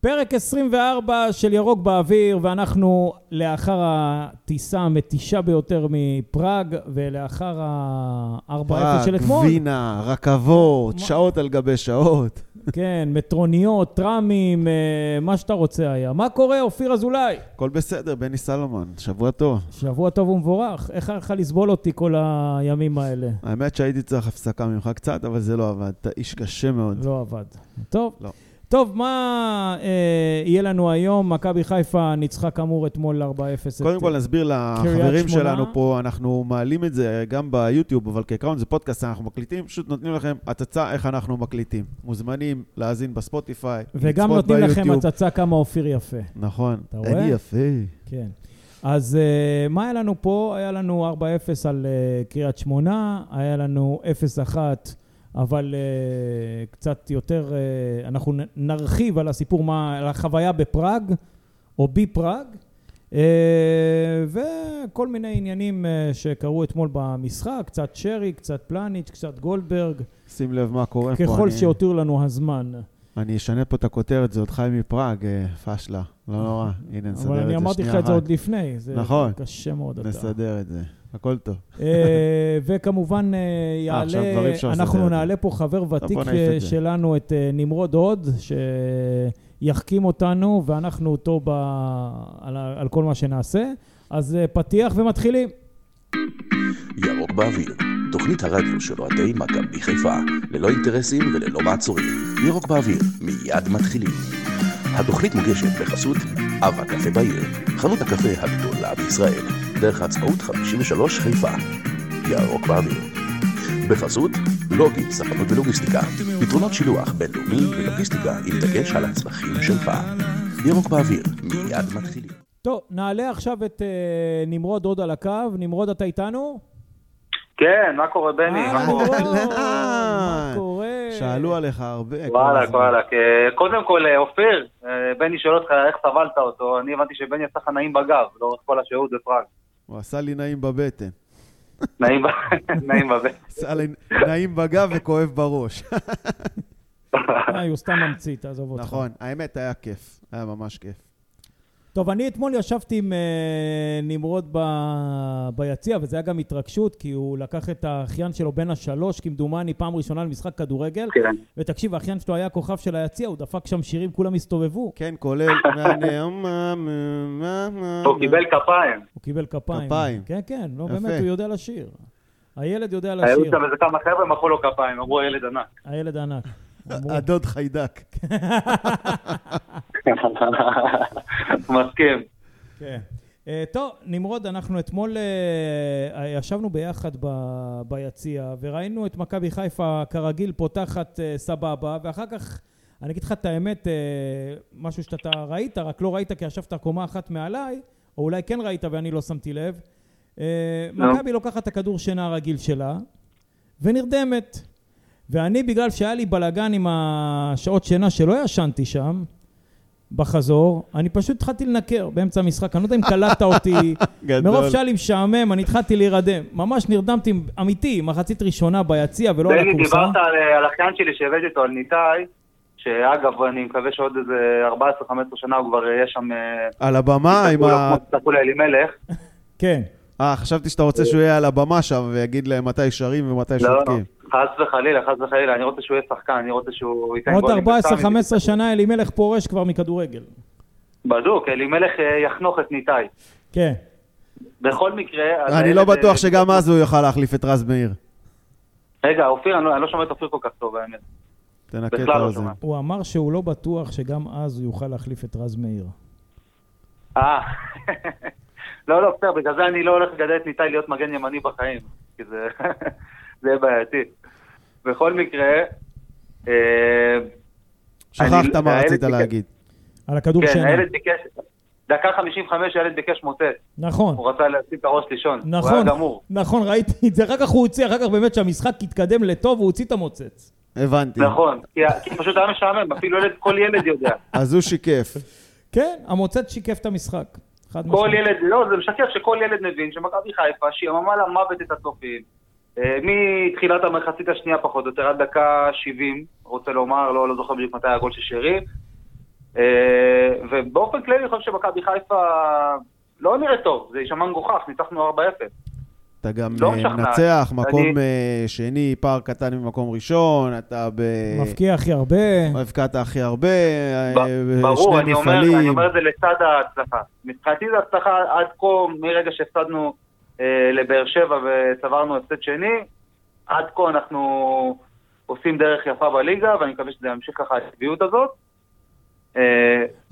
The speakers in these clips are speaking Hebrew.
פרק 24 של ירוק באוויר, ואנחנו לאחר הטיסה המתישה ביותר מפראג, ולאחר ה-4-0 של אתמול. וינה, רכבות, מה? שעות על גבי שעות. כן, מטרוניות, טראמים, אה, מה שאתה רוצה היה. מה קורה, אופיר אזולאי? הכל בסדר, בני סלומון, שבוע טוב. שבוע טוב ומבורך. איך היה לך לסבול אותי כל הימים האלה? האמת שהייתי צריך הפסקה ממך קצת, אבל זה לא עבד. אתה איש קשה מאוד. לא עבד. טוב. לא. טוב, מה אה, יהיה לנו היום? מכבי חיפה ניצחה כאמור אתמול 4-0. קודם את- כל נסביר לחברים שמונה. שלנו פה, אנחנו מעלים את זה גם ביוטיוב, אבל כעיקרון זה פודקאסט, אנחנו מקליטים, פשוט נותנים לכם הצצה איך אנחנו מקליטים. מוזמנים להאזין בספוטיפיי, וגם לצפות נותנים לכם ביוטיוב. הצצה כמה אופיר יפה. נכון. אתה רואה? אני יפה. כן. אז אה, מה היה לנו פה? היה לנו 4-0 על אה, קריית שמונה, היה לנו 0-1, אבל אה, קצת יותר, אה, אנחנו נ- נרחיב על הסיפור, מה, על החוויה בפראג, או בפראג, אה, וכל מיני עניינים אה, שקרו אתמול במשחק, קצת שרי, קצת פלניץ', קצת גולדברג, שים לב מה קורה פה. ככל אני- שהותיר לנו הזמן. אני אשנה פה את הכותרת, זה עוד חי מפראג, אה, פשלה. לא נורא, הנה נסדר את זה אבל אני אמרתי לך שנייה את זה אחת. עוד לפני, זה נכון. קשה מאוד. אתה. נסדר את זה, הכל טוב. אה, וכמובן אה, עכשיו כבר אי יעלה, אפשר לסדר אנחנו את נעלה פה חבר ותיק בוא נעיף אה, את זה. שלנו, את אה, נמרוד הוד, שיחכים אותנו, ואנחנו אותו ב... על ה- על כל מה שנעשה. אז אה, פתיח ומתחילים. ירוק באוויר, תוכנית הרדיו של אוהדי מכבי חיפה, ללא אינטרסים וללא מעצורים. ירוק באוויר, מיד מתחילים. התוכנית מוגשת בחסות אב הקפה בעיר, חנות הקפה הגדולה בישראל, דרך העצמאות 53 חיפה. ירוק באוויר. בחסות לוגית, ספנות ולוגיסטיקה, פתרונות שילוח בינלאומי ולוגיסטיקה עם דגש על הצרכים שלך. ירוק באוויר, מיד מתחילים. טוב, נעלה עכשיו את אה, נמרוד הוד על הקו. נמרוד, אתה איתנו? כן, מה קורה בני? אה, מה קורה? נמרוד, אהלן. מה אה. קורה? שאלו עליך הרבה. כל וואלכ, הזמן. וואלכ. אה, קודם כל, אה, אופיר, אה, בני שואל אותך איך סבלת אותו, אני הבנתי שבני עשה לך נעים בגב, לאורך כל השהות בפראג. הוא עשה לי נעים בבטן. נעים ב- נעים בזה. עשה לי נעים בגב וכואב בראש. אה, הוא סתם ממציא, תעזוב אותך. נכון, האמת היה כיף, היה ממש כיף. טוב, אני אתמול ישבתי עם אה, נמרוד ב... ביציע, וזה היה גם התרגשות, כי הוא לקח את האחיין שלו בן השלוש, כמדומני, פעם ראשונה למשחק כדורגל. כן. ותקשיב, האחיין שלו היה הכוכב של היציע, הוא דפק שם שירים, כולם הסתובבו. כן, כולל... אמ, מהנאום, מה, מה, מה, מה. הוא קיבל כפיים, הוא קיבל כפיים. כפיים. כן, כן, לא, יפה. באמת, הוא יודע לשיר. הילד יודע היו לשיר, שם איזה כמה חבר'ה, מחאו לו כפיים, אמרו הילד ענק. הילד הענק. אמרו, אמ, הדוד חיידק. מסכים. כן. אה, טוב, נמרוד, אנחנו אתמול אה, ישבנו ביחד ב- ביציע, וראינו את מכבי חיפה כרגיל פותחת אה, סבבה, ואחר כך, אני אגיד לך את האמת, אה, משהו שאתה ראית, רק לא ראית כי ישבת קומה אחת מעליי, או אולי כן ראית ואני לא שמתי לב. אה, לא. מכבי לוקחת את הכדור שינה הרגיל שלה, ונרדמת. ואני, בגלל שהיה לי בלאגן עם השעות שינה שלא ישנתי שם, בחזור, אני פשוט התחלתי לנקר באמצע המשחק, אני לא יודע אם קלטת אותי, גדול. מרוב שהיה לי משעמם, אני התחלתי להירדם. ממש נרדמתי, אמיתי, מחצית ראשונה ביציע ולא על בני, הכורסה. דיברת על אה, על אחיין שלי שהבאתי אותו, על ניתאי, שאגב, אני מקווה שעוד איזה 14-15 שנה הוא כבר אה, יהיה שם... אה, על הבמה עם הוא לא ה... כמו שצעקו לאלימלך. כן. אה, חשבתי שאתה רוצה שהוא יהיה על הבמה שם ויגיד להם מתי שרים ומתי לא, שותקים. חס וחלילה, חס וחלילה, אני רוצה שהוא יהיה שחקן, כן, אני רוצה שהוא ייתן עוד גולים. 14-15 שנה אלימלך פורש כבר מכדורגל. בדוק, אלימלך אה, יחנוך את ניתאי. כן. בכל מקרה... אז אני הילד, לא אה, בטוח שגם אז הוא יוכל להחליף את רז מאיר. רגע, אופיר, אני לא- אני לא שומע את אופיר כל כך טוב, האמת. תנקה את בכלל לא האוזן. שומע. הוא אמר שהוא לא בטוח שגם אז הוא יוכל להחליף את רז מאיר. אה. לא, לא, בסדר, בגלל זה אני לא הולך לגדל את ניתאי להיות מגן ימני בחיים, כי זה זה יהיה בעייתי. בכל מקרה... אה, שכחת אני- מה הילד רצית ביקש- להגיד. על הכדור כן, שינה. הילד ביקש... דקה 55 הילד ביקש מוטט. נכון. הוא רצה לשים את הראש לישון. הוא היה נכון, גמור. נכון, ראיתי את זה, אחר כך הוא הוציא, אחר כך באמת שהמשחק התקדם לטוב, הוא הוציא את המוצץ. הבנתי. נכון, כי כי פשוט היה משעמם, אפילו ילד, כל ילד יודע. אז הוא שיקף. כן, המוצץ שיקף את המשחק. חד כל משמעית. ילד, לא, זה משקף שכל ילד מבין שמכבי חיפה, שהיא אממה למוות את הצופים. אה, מתחילת המחצית השנייה פחות או יותר, עד דקה 70, רוצה לומר, לא, לא זוכר בדיוק מתי הגול של שרי. אה, ובאופן כללי אני חושב שמכבי חיפה לא נראית טוב, זה יישמע מגוחך, ניצחנו 4-0. אתה גם לא אה, משכנעת. מנצח, מקום אני- אה, שני, פער קטן ממקום ראשון, אתה ב... מבקיע הכי הרבה. הבקעת הכי הרבה, אה, ב- בשני ברור, אני אומר, מפעלים. אני אומר את זה לצד ההצלחה. מבחינתי זו הצלחה עד כה, מרגע שהפסדנו אה, לבאר שבע וצברנו הפסד שני, עד כה אנחנו עושים דרך יפה בליגה, ואני מקווה שזה ימשיך ככה הצביעות הזאת. אה,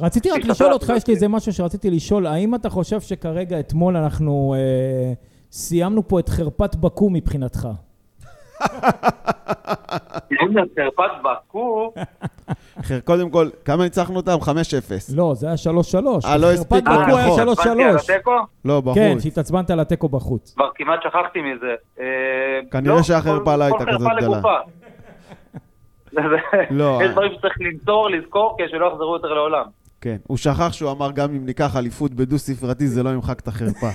רציתי רק השתפרתי לשאול אותך, יש לי בעצמי. איזה משהו שרציתי לשאול, האם אתה חושב שכרגע, אתמול, אנחנו אה, סיימנו פה את חרפת בקו מבחינתך? אם זה חרפת בקו, אחר- קודם כל, כמה ניצחנו אותם? 5-0. לא, זה היה 3-3. אה, חרפת לא הספיקו, בקו היה נכון. 3-3. התעצבנתי על התיקו, לא, בחוץ. כן, שהתעצבנת על התיקו בחוץ. כבר כמעט שכחתי מזה. אה, כנראה לא, שהחרפה כל- לא הייתה כל כזאת חרפה גדולה. לגופה. זה- זה- לא, יש אה. דברים שצריך למסור, לזכור, כדי שלא יחזרו יותר לעולם. כן. הוא שכח שהוא אמר, גם אם ניקח אליפות בדו-ספרתי, זה לא ימחק את החרפה.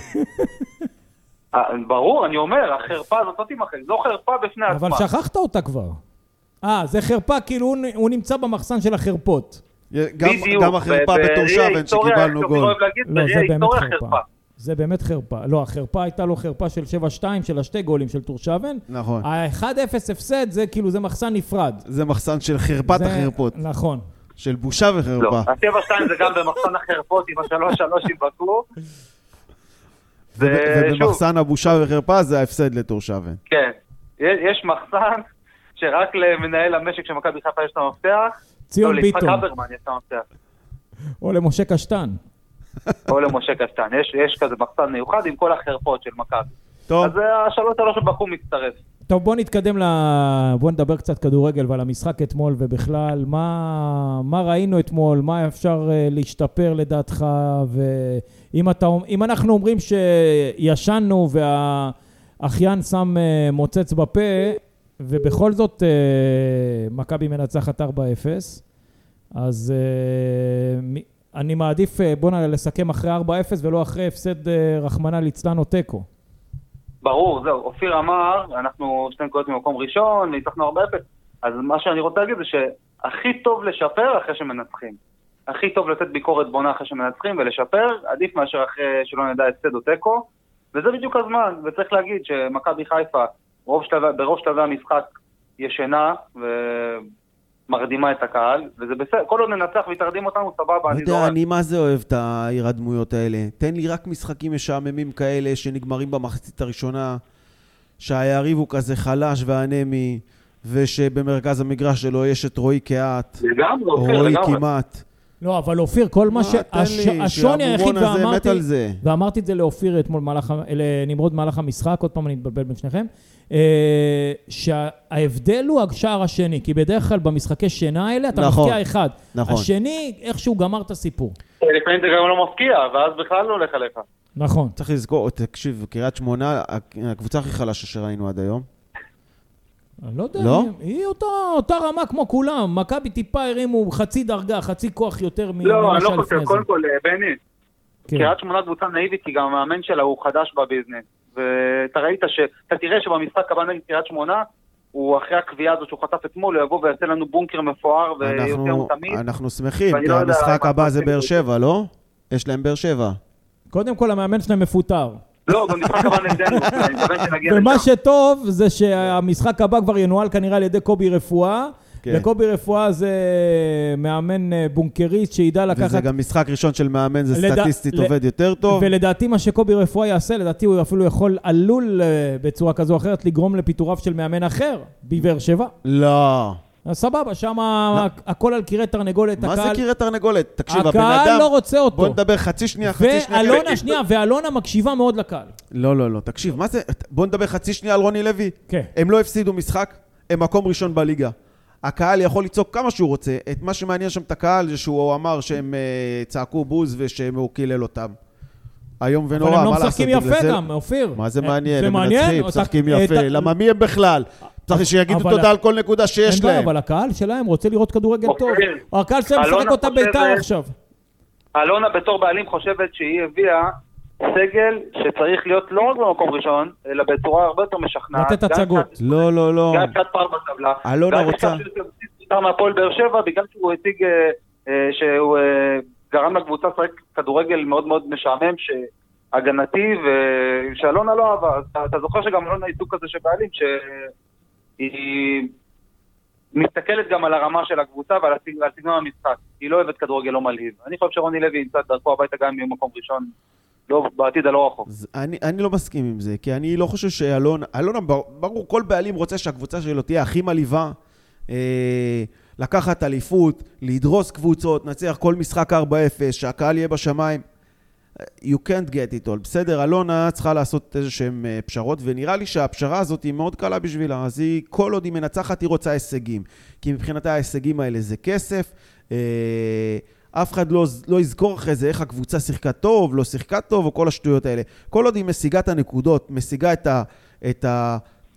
אה, ברור, אני אומר, החרפה הזאת לא תימחק, זו חרפה אה, בפני עצמה. אבל נכון. שכחת אותה כבר. אה, זה חרפה, כאילו הוא נ- הוא נמצא במחסן של החרפות. גם- בדיוק, גם החרפה ו- בתור בראי שבן ההיסטוריה, שקיבלנו שוב, אני גול. אוהב להגיד, לא, אה, זה בראי באמת ההיסטוריה חרפה. חרפה. זה באמת חרפה. לא, החרפה הייתה לו חרפה של 7-2, של השתי גולים של טורשבן. נכון. ה-1-0 הפסד, זה כאילו, זה מחסן נפרד. זה מחסן של חרפת זה- החרפות. נכון. של בושה לא, וחרפה. הטבע 2 זה גם במחסן החרפות עם השלוש שלוש עם בקור. ו- זה- אה, שוב. ובמחסן הבושה וחרפה זה ההפסד לתור שבן. כן. יש יש מחסן שרק למנהל המשק של מכבי חיפה יש את המפתח. ציון לא, ביטון. ליצחק הברמן יש את המפתח. או למשה קשטן. או למשה קסטן. יש- יש כזה מחסן מיוחד עם כל החרפות של מכבי. טוב, אז זה השלוש שלוש של בקור מצטרף. טוב, בוא נתקדם ל... בוא נדבר קצת כדורגל ועל המשחק אתמול ובכלל, מה, מה ראינו אתמול, מה אפשר אה, להשתפר לדעתך, ואם אתה, אומ- אם אנחנו אומרים שישנו והאחיין שם אה, מוצץ בפה, ובכל זאת אה, מכבי מנצחת 4-0, אז אה, מי- אני מעדיף, אה, בוא נ- לסכם אחרי 4-0 ולא אחרי הפסד אה, רחמנא ליצלן או תיקו. ברור, זהו. אופיר אמר, אנחנו שתי נקודות ממקום ראשון, ניצחנו 4-0. אז מה שאני רוצה להגיד זה שהכי טוב לשפר אחרי שמנצחים. הכי טוב לתת ביקורת בונה אחרי שמנצחים ולשפר, עדיף מאשר אחרי שלא נדע הפסד או תיקו. וזה בדיוק הזמן, וצריך להגיד שמכבי חיפה רוב שלבי, ברוב שלבי המשחק ישנה ומרדימה את הקהל, וזה בסדר, כל עוד ננצח ויתרדים אותנו, סבבה, לא אני זורק. יודע, אני מה זה אוהב את העיר הדמויות האלה. תן לי רק משחקים משעממים כאלה שנגמרים במחצית הראשונה, שהיריב הוא כזה חלש ואנמי, ושבמרכז המגרש שלו יש את רועי קהת, לגמרי, או אופיר, רועי לגמרי. כמעט. לא, אבל אופיר, כל מה ש... תן הש... לי, השוני היחיד, שהבובון הזה מת ואמרתי... על זה. ואמרתי את זה לאופיר אתמול, במהלך ה- לנמרוד במהלך המשחק, עוד פעם אני אתבלבל בין שניכם, אה, שההבדל הוא השער השני, כי בדרך כלל במשחקי שינה האלה אתה נכון, מפקיע אחד. נכון. השני, איכשהו גמר את הסיפור. לפעמים זה גם לא מפקיע, ואז בכלל לא הולך עליך. נכון. צריך לזכור, תקשיב, קריית שמונה, הקבוצה הכי חלשה שראינו עד היום. אני לא יודע, לא? היא אותה, אותה רמה כמו כולם. מכבי טיפה הרימו חצי דרגה, חצי כוח יותר ממה לא, אני לא שהיה חושב, לפני קודם זה. כל, אה, בני, כן. קריית שמונה קבוצה נאיבית, כי גם המאמן שלה הוא חדש בביזנס. ואתה ראית ש... אתה תראה שבמשחק הבא נגד קריית שמונה, הוא אחרי הקביעה הזאת שהוא חטף אתמול, הוא יבוא ויעשה לנו בונקר מפואר ויותר אנחנו, מתמיד. אנחנו שמחים, ואני כי לא יודע המשחק מה- הבא מה- זה באר שבע, לא? יש להם באר שבע. קודם כל, המאמן שלהם מפוטר. לא, במשחק הבא נגדנו, אני מקווה שנגיע ומה לשם. שטוב זה שהמשחק הבא כבר ינוהל כנראה על ידי קובי רפואה. כן. וקובי רפואה זה מאמן אה, בונקריסט שידע לקחת... וזה גם משחק ראשון של מאמן, זה לדע- סטטיסטית ל- עובד יותר טוב. ולדעתי מה שקובי רפואה יעשה, לדעתי הוא אפילו יכול, עלול אה, בצורה כזו או אחרת לגרום לפיטוריו של מאמן אחר, בבאר שבע. לא. אז סבבה, שם ה- הכל על קירי תרנגולת, מה זה הקהל... קירי תרנגולת? תקשיב, הבן אדם... הקהל לא רוצה אותו. בוא נדבר חצי שנייה, חצי שנייה. ואלונה, שנייה, ואלונה מקשיבה מאוד לקהל. לא, לא, לא, תקשיב, מה זה... בוא נדבר חצי שנייה על רוני לוי. כן. הם לא הפסידו משחק, הם מקום ראשון בליגה. הקהל יכול לצעוק כמה שהוא רוצה, את מה שמעניין שם את הקהל זה שהוא אמר שהם אה, צעקו בוז ושהוא קילל אותם. איום ונורא, אבל מה הם לעשות? לא משחקים בגלל יפה זה- גם, אופיר. מה זה אה, מעניין? זה הם מעניין? מנצחים, משחקים אתה- יפה. אה, למה מי הם בכלל? צריך שיגידו אבל- תודה על כל נקודה שיש אין בעיה, להם. אבל הקהל שלהם רוצה לראות כדורגל טוב. אוקיי. הקהל שלהם משחק אלונה אותה חושבת- בית"ר עכשיו. אלונה בתור בעלים חושבת שהיא הביאה סגל שצריך להיות לא רק במקום ראשון, אלא בצורה הרבה יותר משכנעת. לתת גם הצגות. קצת- לא, לא, לא. גם קצת פער בטבלה. אלונה גם רוצה- נכנס יוסי אבוקסיס מטעם הפועל באר שבע בגלל שהוא הציג, אה, אה, שהוא אה, גרם לקבוצה לשחק כדורגל מאוד מאוד משעמם, שהגנתי, ושאלונה לא אהבה. אז אתה, אתה זוכר שגם אלונה היא סוג כזה שבעלים, שהיא מסתכלת גם על הרמה של הקבוצה ועל הסג- ועל סגנון המשחק. היא לא אוהבת כדורגל לא מלהיב. אני חושב שרוני לוי ימצא את דרכו הביתה גם אם יהיה מקום ראשון, לא, בעתיד הלא רחוק. אז אני, אני לא מסכים עם זה, כי אני לא חושב שאלון... אלונה, בר- ברור, כל בעלים רוצה שהקבוצה שלו תהיה הכי מלאיבה. אה, לקחת אליפות, לדרוס קבוצות, נצליח כל משחק 4-0, שהקהל יהיה בשמיים. You can't get it all. בסדר, אלונה צריכה לעשות איזה שהן אה, פשרות, ונראה לי שהפשרה הזאת היא מאוד קלה בשבילה. אז היא, כל עוד היא מנצחת, היא רוצה הישגים. כי מבחינתה ההישגים האלה זה כסף. אה, אף אחד לא, לא יזכור אחרי זה איך הקבוצה שיחקה טוב, לא שיחקה טוב, או כל השטויות האלה. כל עוד היא משיגה את הנקודות, משיגה את, ה, את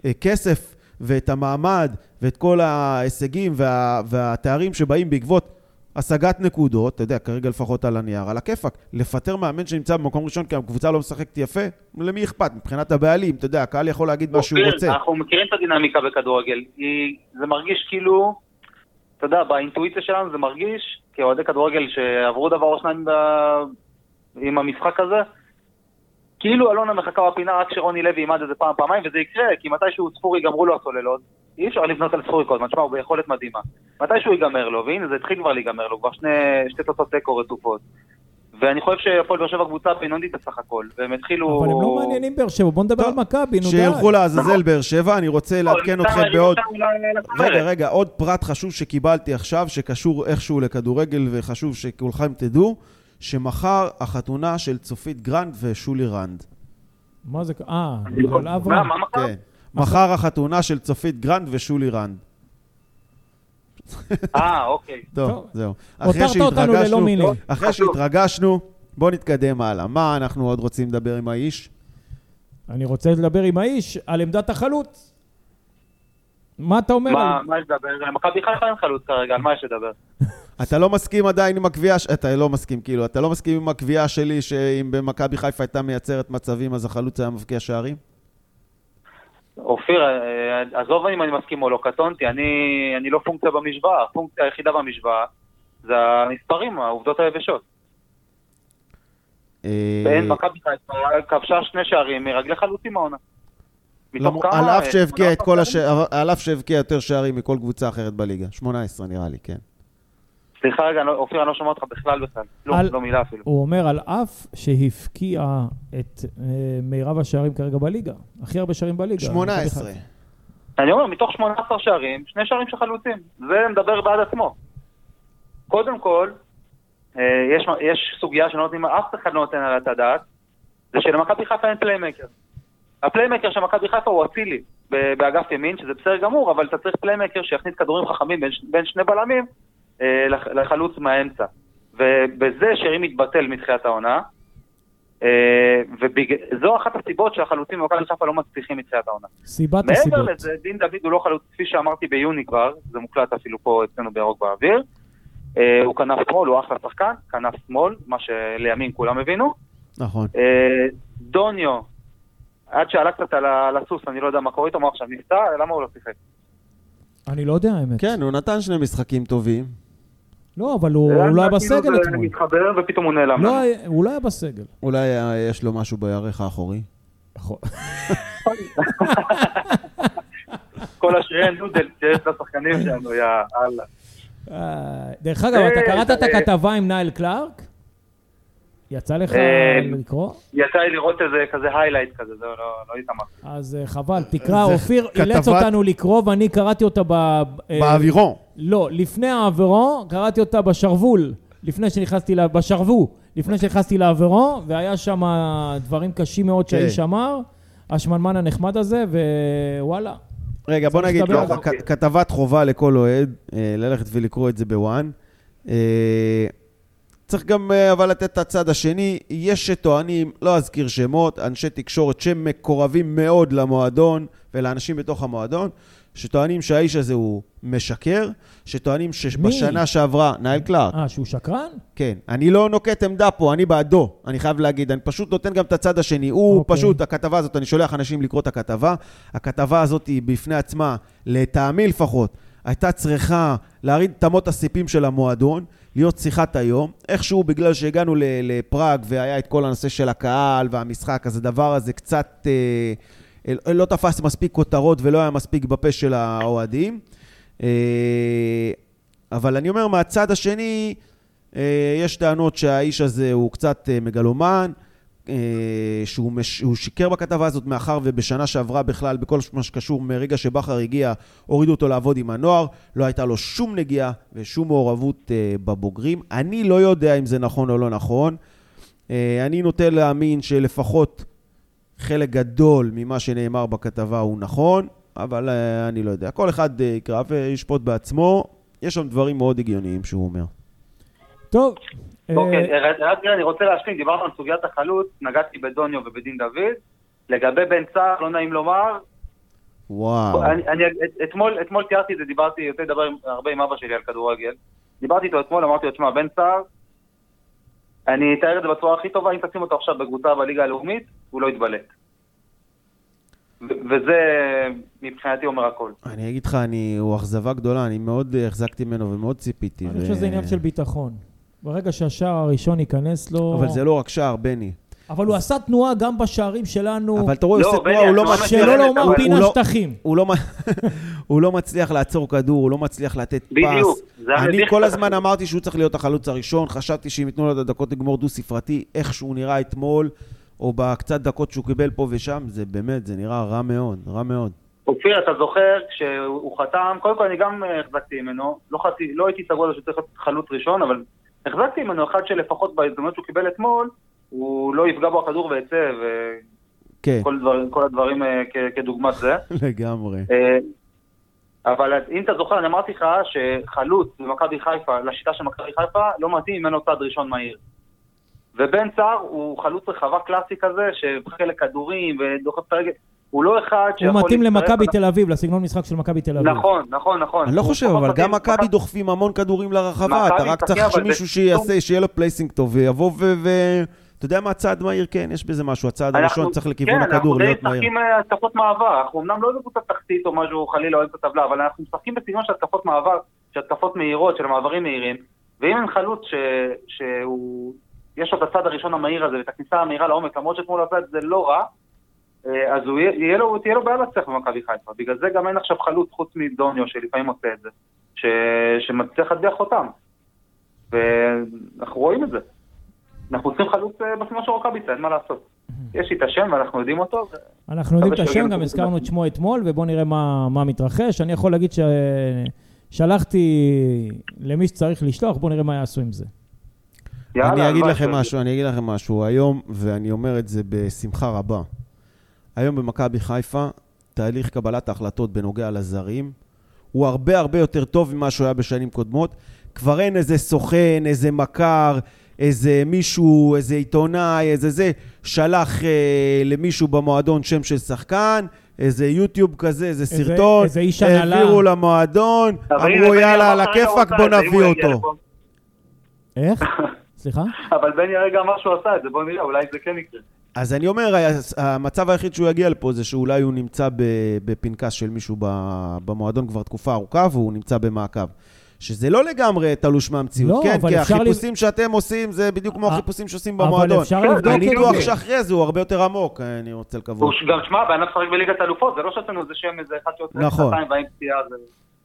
הכסף ואת המעמד ואת כל ההישגים וה, והתארים שבאים בעקבות השגת נקודות, אתה יודע, כרגע לפחות על הנייר, על הכיפאק. לפטר מאמן שנמצא במקום ראשון כי הקבוצה לא משחקת יפה, למי אכפת? מבחינת הבעלים, אתה יודע, הקהל יכול להגיד מה שהוא אופיר, רוצה. אנחנו מכירים את הדינמיקה בכדורגל. היא, זה מרגיש כאילו, אתה יודע, באינטואיציה שלנו זה מרגיש, כאוהדי כדורגל שעברו דבר או שניים ב... עם המשחק הזה, כאילו אלונה מחכה בפינה רק שרוני לוי יימד את זה פעם, פעמיים, וזה יקרה, כי מתישהו צפורי ייגמרו לו הסוללות, אי אפשר לבנות על צפורי כל הזמן, תשמע, הוא ביכולת מדהימה. מתישהו ייגמר לו, והנה זה התחיל כבר להיגמר לו, כבר שני, שתי תוצאות תיקו רצופות. ואני חושב שהפועל באר שבע קבוצה בינונית בסך הכל, והם התחילו... אבל הם לא מעניינים באר שבע, בוא נדבר טוב, על מכבי, נו די. שילכו לעזאזל באר שבע, אני רוצה נכון, נכון, לעדכן אתכם בעוד... רגע, רגע, עוד פרט חשוב שקיבלתי עכשיו, שקשור איכשהו לכדורגל, וחשוב שכולכם תדעו, שמחר החתונה של צופית גרנד ושולי רנד. מה זה? אה, על מה, אברהם. מה מחר? כן. מחר החתונה של צופית גרנד ושולי רנד. אה, אוקיי. טוב, טוב. זהו. אחרי הותרת אותנו ללא שהתרגשנו, מילים. אחרי חשוב. שהתרגשנו, בואו נתקדם הלאה. מה אנחנו עוד רוצים לדבר עם האיש? אני רוצה לדבר עם האיש על עמדת החלוץ. מה אתה אומר? מה על- מה יש לדבר? על מכבי חיפה אין חלוץ כרגע, על מה יש לדבר? אתה לא מסכים עדיין עם הקביעה, ש- אתה לא מסכים, כאילו, אתה לא מסכים עם הקביעה שלי שאם במכבי חיפה הייתה מייצרת מצבים, אז החלוץ היה מבקיע שערים? אופיר, אה, עזוב אם אני מסכים או לא, קטונתי, אני אני לא פונקציה במשוואה, הפונקציה היחידה במשוואה זה המספרים, העובדות היבשות. אה, ואין, מכבי חיפה כבשה שני שערים מרגלי חלוצים העונה. מתוך למ- כמה? לא על אף אה, שהבקיע את כל 18 הש... על אף שהבקיע יותר שערים מכל קבוצה אחרת בליגה. 18 נראה לי, כן. לא, סליחה רגע, אני לא- אופיר, אני לא שומע אותך בכלל בכלל. לא, על- לא מילה אפילו. הוא אומר על אף שהפקיע את אה, מירב השערים כרגע בליגה. הכי הרבה שערים בליגה. 18. אני אומר, מתוך 18 שערים, שני שערים של חלוצים. זה מדבר בעד עצמו. קודם כל, אה, יש, יש סוגיה שלא נותנים, אף אחד לא נותן עליה את הדעת, זה שלמכבי חיפה אין פליימקר. הפליימקר של מכבי חיפה הוא אצילי ב- באגף ימין, שזה בסדר גמור, אבל אתה צריך פליימקר שיכניס כדורים חכמים בין, ש- בין שני בלמים אה, לח- לחלוץ מהאמצע. ובזה שרים מתבטל מתחילת העונה, אה, וזו אחת הסיבות שהחלוצים במכבי חיפה לא מצליחים מתחילת העונה. סיבת מעבר הסיבות. לזה, דין דוד הוא לא חלוץ, כפי שאמרתי ביוני כבר, זה מוקלט אפילו פה אצלנו בירוק באוויר. אה, הוא כנף שמאל, הוא אחלה שחקן, כנף שמאל, מה שלימים כולם הבינו. נכון. אה, דוניו, עד שעלה קצת על ה- על הסוס, אני לא יודע מה קורה איתו, מה עכשיו נפצע, למה הוא לא שיחק? אני לא יודע האמת. כן, הוא נתן שני משחקים טובים. לא, אבל הוא הוא לא היה בסגל כאילו זה אתמול. מתחבר ופתאום הוא נעלם. לא היה- הוא לא היה בסגל. אולי אה, יש לו משהו בירך האחורי. כל השרירי נודל שיש לשחקנים שלנו, יא אללה. אה, דרך אגב, אתה אה, קראת את אה. הכתבה עם נייל קלארק? יצא לך אה, לקרוא? יצא לי לראות איזה כזה היילייט כזה, זה לא לא התאמרתי. אז אה, חבל, תקרא, זה אופיר כתבת- אילץ אותנו לקרוא ואני קראתי אותה ב... אה, באווירון. לא, לפני העבירו, קראתי אותה בשרוול, לפני שנכנסתי, ל- בשרוו, לפני שנכנסתי לעבירו, והיה שם דברים קשים מאוד כן. שהאיש אמר, השמנמן הנחמד הזה, ווואלה. רגע, בוא צריך נגיד לדבר ככה, על זה. כ- כתבת חובה לכל אוהד, אה, ללכת ולקרוא את זה בוואן. אה, צריך גם אה, אבל לתת את הצד השני. יש שטוענים, לא אזכיר שמות, אנשי תקשורת שמקורבים מאוד למועדון ולאנשים בתוך המועדון, שטוענים שהאיש הזה הוא משקר, שטוענים שבשנה שעברה, נאל קלארק, אה, שהוא שקרן? כן. אני לא נוקט עמדה פה, אני בעדו, אני חייב להגיד. אני פשוט נותן גם את הצד השני. הוא אוקיי. פשוט, הכתבה הזאת, אני שולח אנשים לקרוא את הכתבה. הכתבה הזאת היא בפני עצמה, לטעמי לפחות, הייתה צריכה להרעיד את אמות הסיפים של המועדון. להיות שיחת היום. איכשהו, בגלל שהגענו ל- לפראג והיה את כל הנושא של הקהל והמשחק, אז הדבר הזה קצת אה, אה, לא תפס מספיק כותרות ולא היה מספיק בפה של האוהדים. אה, אבל אני אומר, מהצד השני, אה, יש טענות שהאיש הזה הוא קצת אה, מגלומן, אה, שהוא מש, הוא שיקר בכתבה הזאת מאחר ובשנה שעברה בכלל, בכל מה שקשור מרגע שבכר הגיע, הורידו אותו לעבוד עם הנוער, לא הייתה לו שום נגיעה ושום מעורבות אה, בבוגרים. אני לא יודע אם זה נכון או לא נכון. אה, אני נוטה להאמין שלפחות חלק גדול ממה שנאמר בכתבה הוא נכון, אבל אה, אני לא יודע. כל אחד אה, יקרא וישפוט בעצמו. יש שם דברים מאוד הגיוניים שהוא אומר. טוב. אוקיי, אה, רק- רק רגע, אני רוצה להשלים, דיברנו על סוגיית החלוץ, נגעתי בדוניו ובדין דוד. לגבי בן צהר, לא נעים לומר, וואו. אני, אני, את- אתמול, אתמול תיארתי את זה, דיברתי, יוצא לדבר עם- הרבה עם אבא שלי על כדורגל. דיברתי איתו אתמול, אמרתי לו, תשמע, בן סער, אני אתאר את זה בצורה הכי טובה, אם תשים אותו עכשיו בקבוצה בליגה הלאומית, הוא לא יתבלט. ו- וזה מבחינתי אומר הכל. אני אגיד לך, אני, הוא אכזבה גדולה, אני מאוד אה, החזקתי ממנו ומאוד ציפיתי. אני ו- חושב שזה עניין של ביטחון. ברגע שהשער הראשון ייכנס לו... אבל זה לא רק שער, בני. אבל הוא עשה תנועה גם בשערים שלנו, אבל אתה רואה, הוא לא, עושה בני, תנועה, הוא לא התנועה מצליח... שלא אבל- לומר אבל- פינה הוא לא- שטחים. הוא לא, מ- הוא לא מצליח לעצור כדור, הוא לא מצליח לתת פס. בדיוק, זה היה אני מביך כל קצת. הזמן אמרתי שהוא צריך להיות החלוץ הראשון, חשבתי שאם ייתנו לו את הדקות לגמור דו-ספרתי, איך שהוא נראה אתמול, או בקצת דקות שהוא קיבל פה ושם, זה באמת, זה נראה רע מאוד, רע מאוד. אופיר, אתה זוכר, כשהוא חתם, קודם כל אני גם אה, החזקתי ממנו, לא, חצי, לא הייתי סגור על זה שצריך להיות חלוץ ראשון, אבל החזקתי ממנו אחד שלפחות בהזדמנות שהוא קיבל אתמול, הוא לא יפגע בו הכדור ויצא, כן, וכל דבר, כל הדברים אה, כ- כדוגמת זה. לגמרי. אה, אבל אם אתה זוכר, אני אמרתי לך שחלוץ במכבי חיפה, לשיטה של מכבי חיפה, לא מתאים ממנו צעד ראשון מהיר. ובן סער הוא חלוץ רחבה קלאסי כזה, שבחלק כדורים ודוחף את הרגל. הוא לא אחד הוא שיכול... מתאים להצטרף למכבי על- תל אביב, לסגנון משחק של מכבי תל אביב. נכון, נכון, נכון. אני לא חושב, הוא אבל פחות גם מתאים- מכבי דוחפים המון כדורים לרחבה, אתה מכבי, רק תחכה, צריך אבל מישהו זה- שיעשה, שיהיה לו פלייסינג טוב, ויבוא ו... ו- אתה יודע מה, צעד מהיר, כן, יש בזה משהו, הצעד אנחנו- הראשון צריך לכיוון כן, הכדור להיות אנחנו מהיר. די משחקים אה, התקפות מעבר. אנחנו אמנם לא בקבוצת תחתית או משהו חלילה אוהב את הטבלה, אבל אנחנו משחקים בסגנון של התקפות מעבר, של התקפות מהירות, של מעברים מהירים. ואם אין חלוץ ש... שהוא... יש לו את הצד הראשון המהיר הזה ואת הכניסה המהירה לעומק, למרות שאתמול עשה את זה לא רע, אה, אז הוא יהיה, יהיה לו, תהיה לו בעיה להצליח במכבי חיפה. בגלל זה גם אין עכשיו חלוץ חוץ מדוניו שלפעמים עושה את זה, ש... שמצליח להטביע חותם. ואנחנו רואים את זה. אנחנו צריכים חלוץ אה, בסגנון של רוקאביצה, אין מה לעשות. יש לי את השם ואנחנו יודעים אותו. ו- אנחנו יודעים את מקווה השם, שגם גם זה הזכרנו מתאים. את שמו אתמול, ובואו נראה מה, מה מתרחש. אני יכול להגיד ששלחתי למי שצריך לשלוח, בואו נראה מה יעשו עם זה. יאללה, אני אגיד הלוואי לכם ש- משהו, אני אגיד לכם משהו. היום, ואני אומר את זה בשמחה רבה, היום במכבי חיפה, תהליך קבלת ההחלטות בנוגע לזרים הוא הרבה הרבה יותר טוב ממה שהוא היה בשנים קודמות. כבר אין איזה סוכן, איזה מכר, איזה מישהו, איזה עיתונאי, איזה זה, שלח אה, למישהו במועדון שם של שחקן, איזה יוטיוב כזה, איזה איזה- סרטון, איזה איש הנהלה. העבירו למועדון, אבל הנה, אמרו בני יאללה, אמר על כרגע הוא הכיפאק, עשה בוא את זה, אם הוא נביא יגיע אותו. לפה. איך? סליחה? אבל בני הרגע אמר שהוא עשה את זה, בוא נראה, אולי זה כן יקרה. אז אני אומר, ה- המצב היחיד שהוא יגיע לפה זה שאולי הוא נמצא ב- בפנקס של מישהו ב- במועדון כבר תקופה ארוכה, והוא נמצא במעקב. שזה לא לגמרי תלוש מהמציאות, לא, כן? אבל כי אפשר החיפושים שאתם עושים זה בדיוק כמו א- החיפושים שעושים אבל במועדון. אפשר כן, לבדוק אני את הניתוח זה. שאחרי זה הוא הרבה יותר עמוק, אני רוצה לקוות. הוא ש- גם, שמע, בענף שחק בליגת אלופות, זה לא שעשינו איזה שם איזה אחד שיוצא נכון. שנתיים והאם פציעה זה...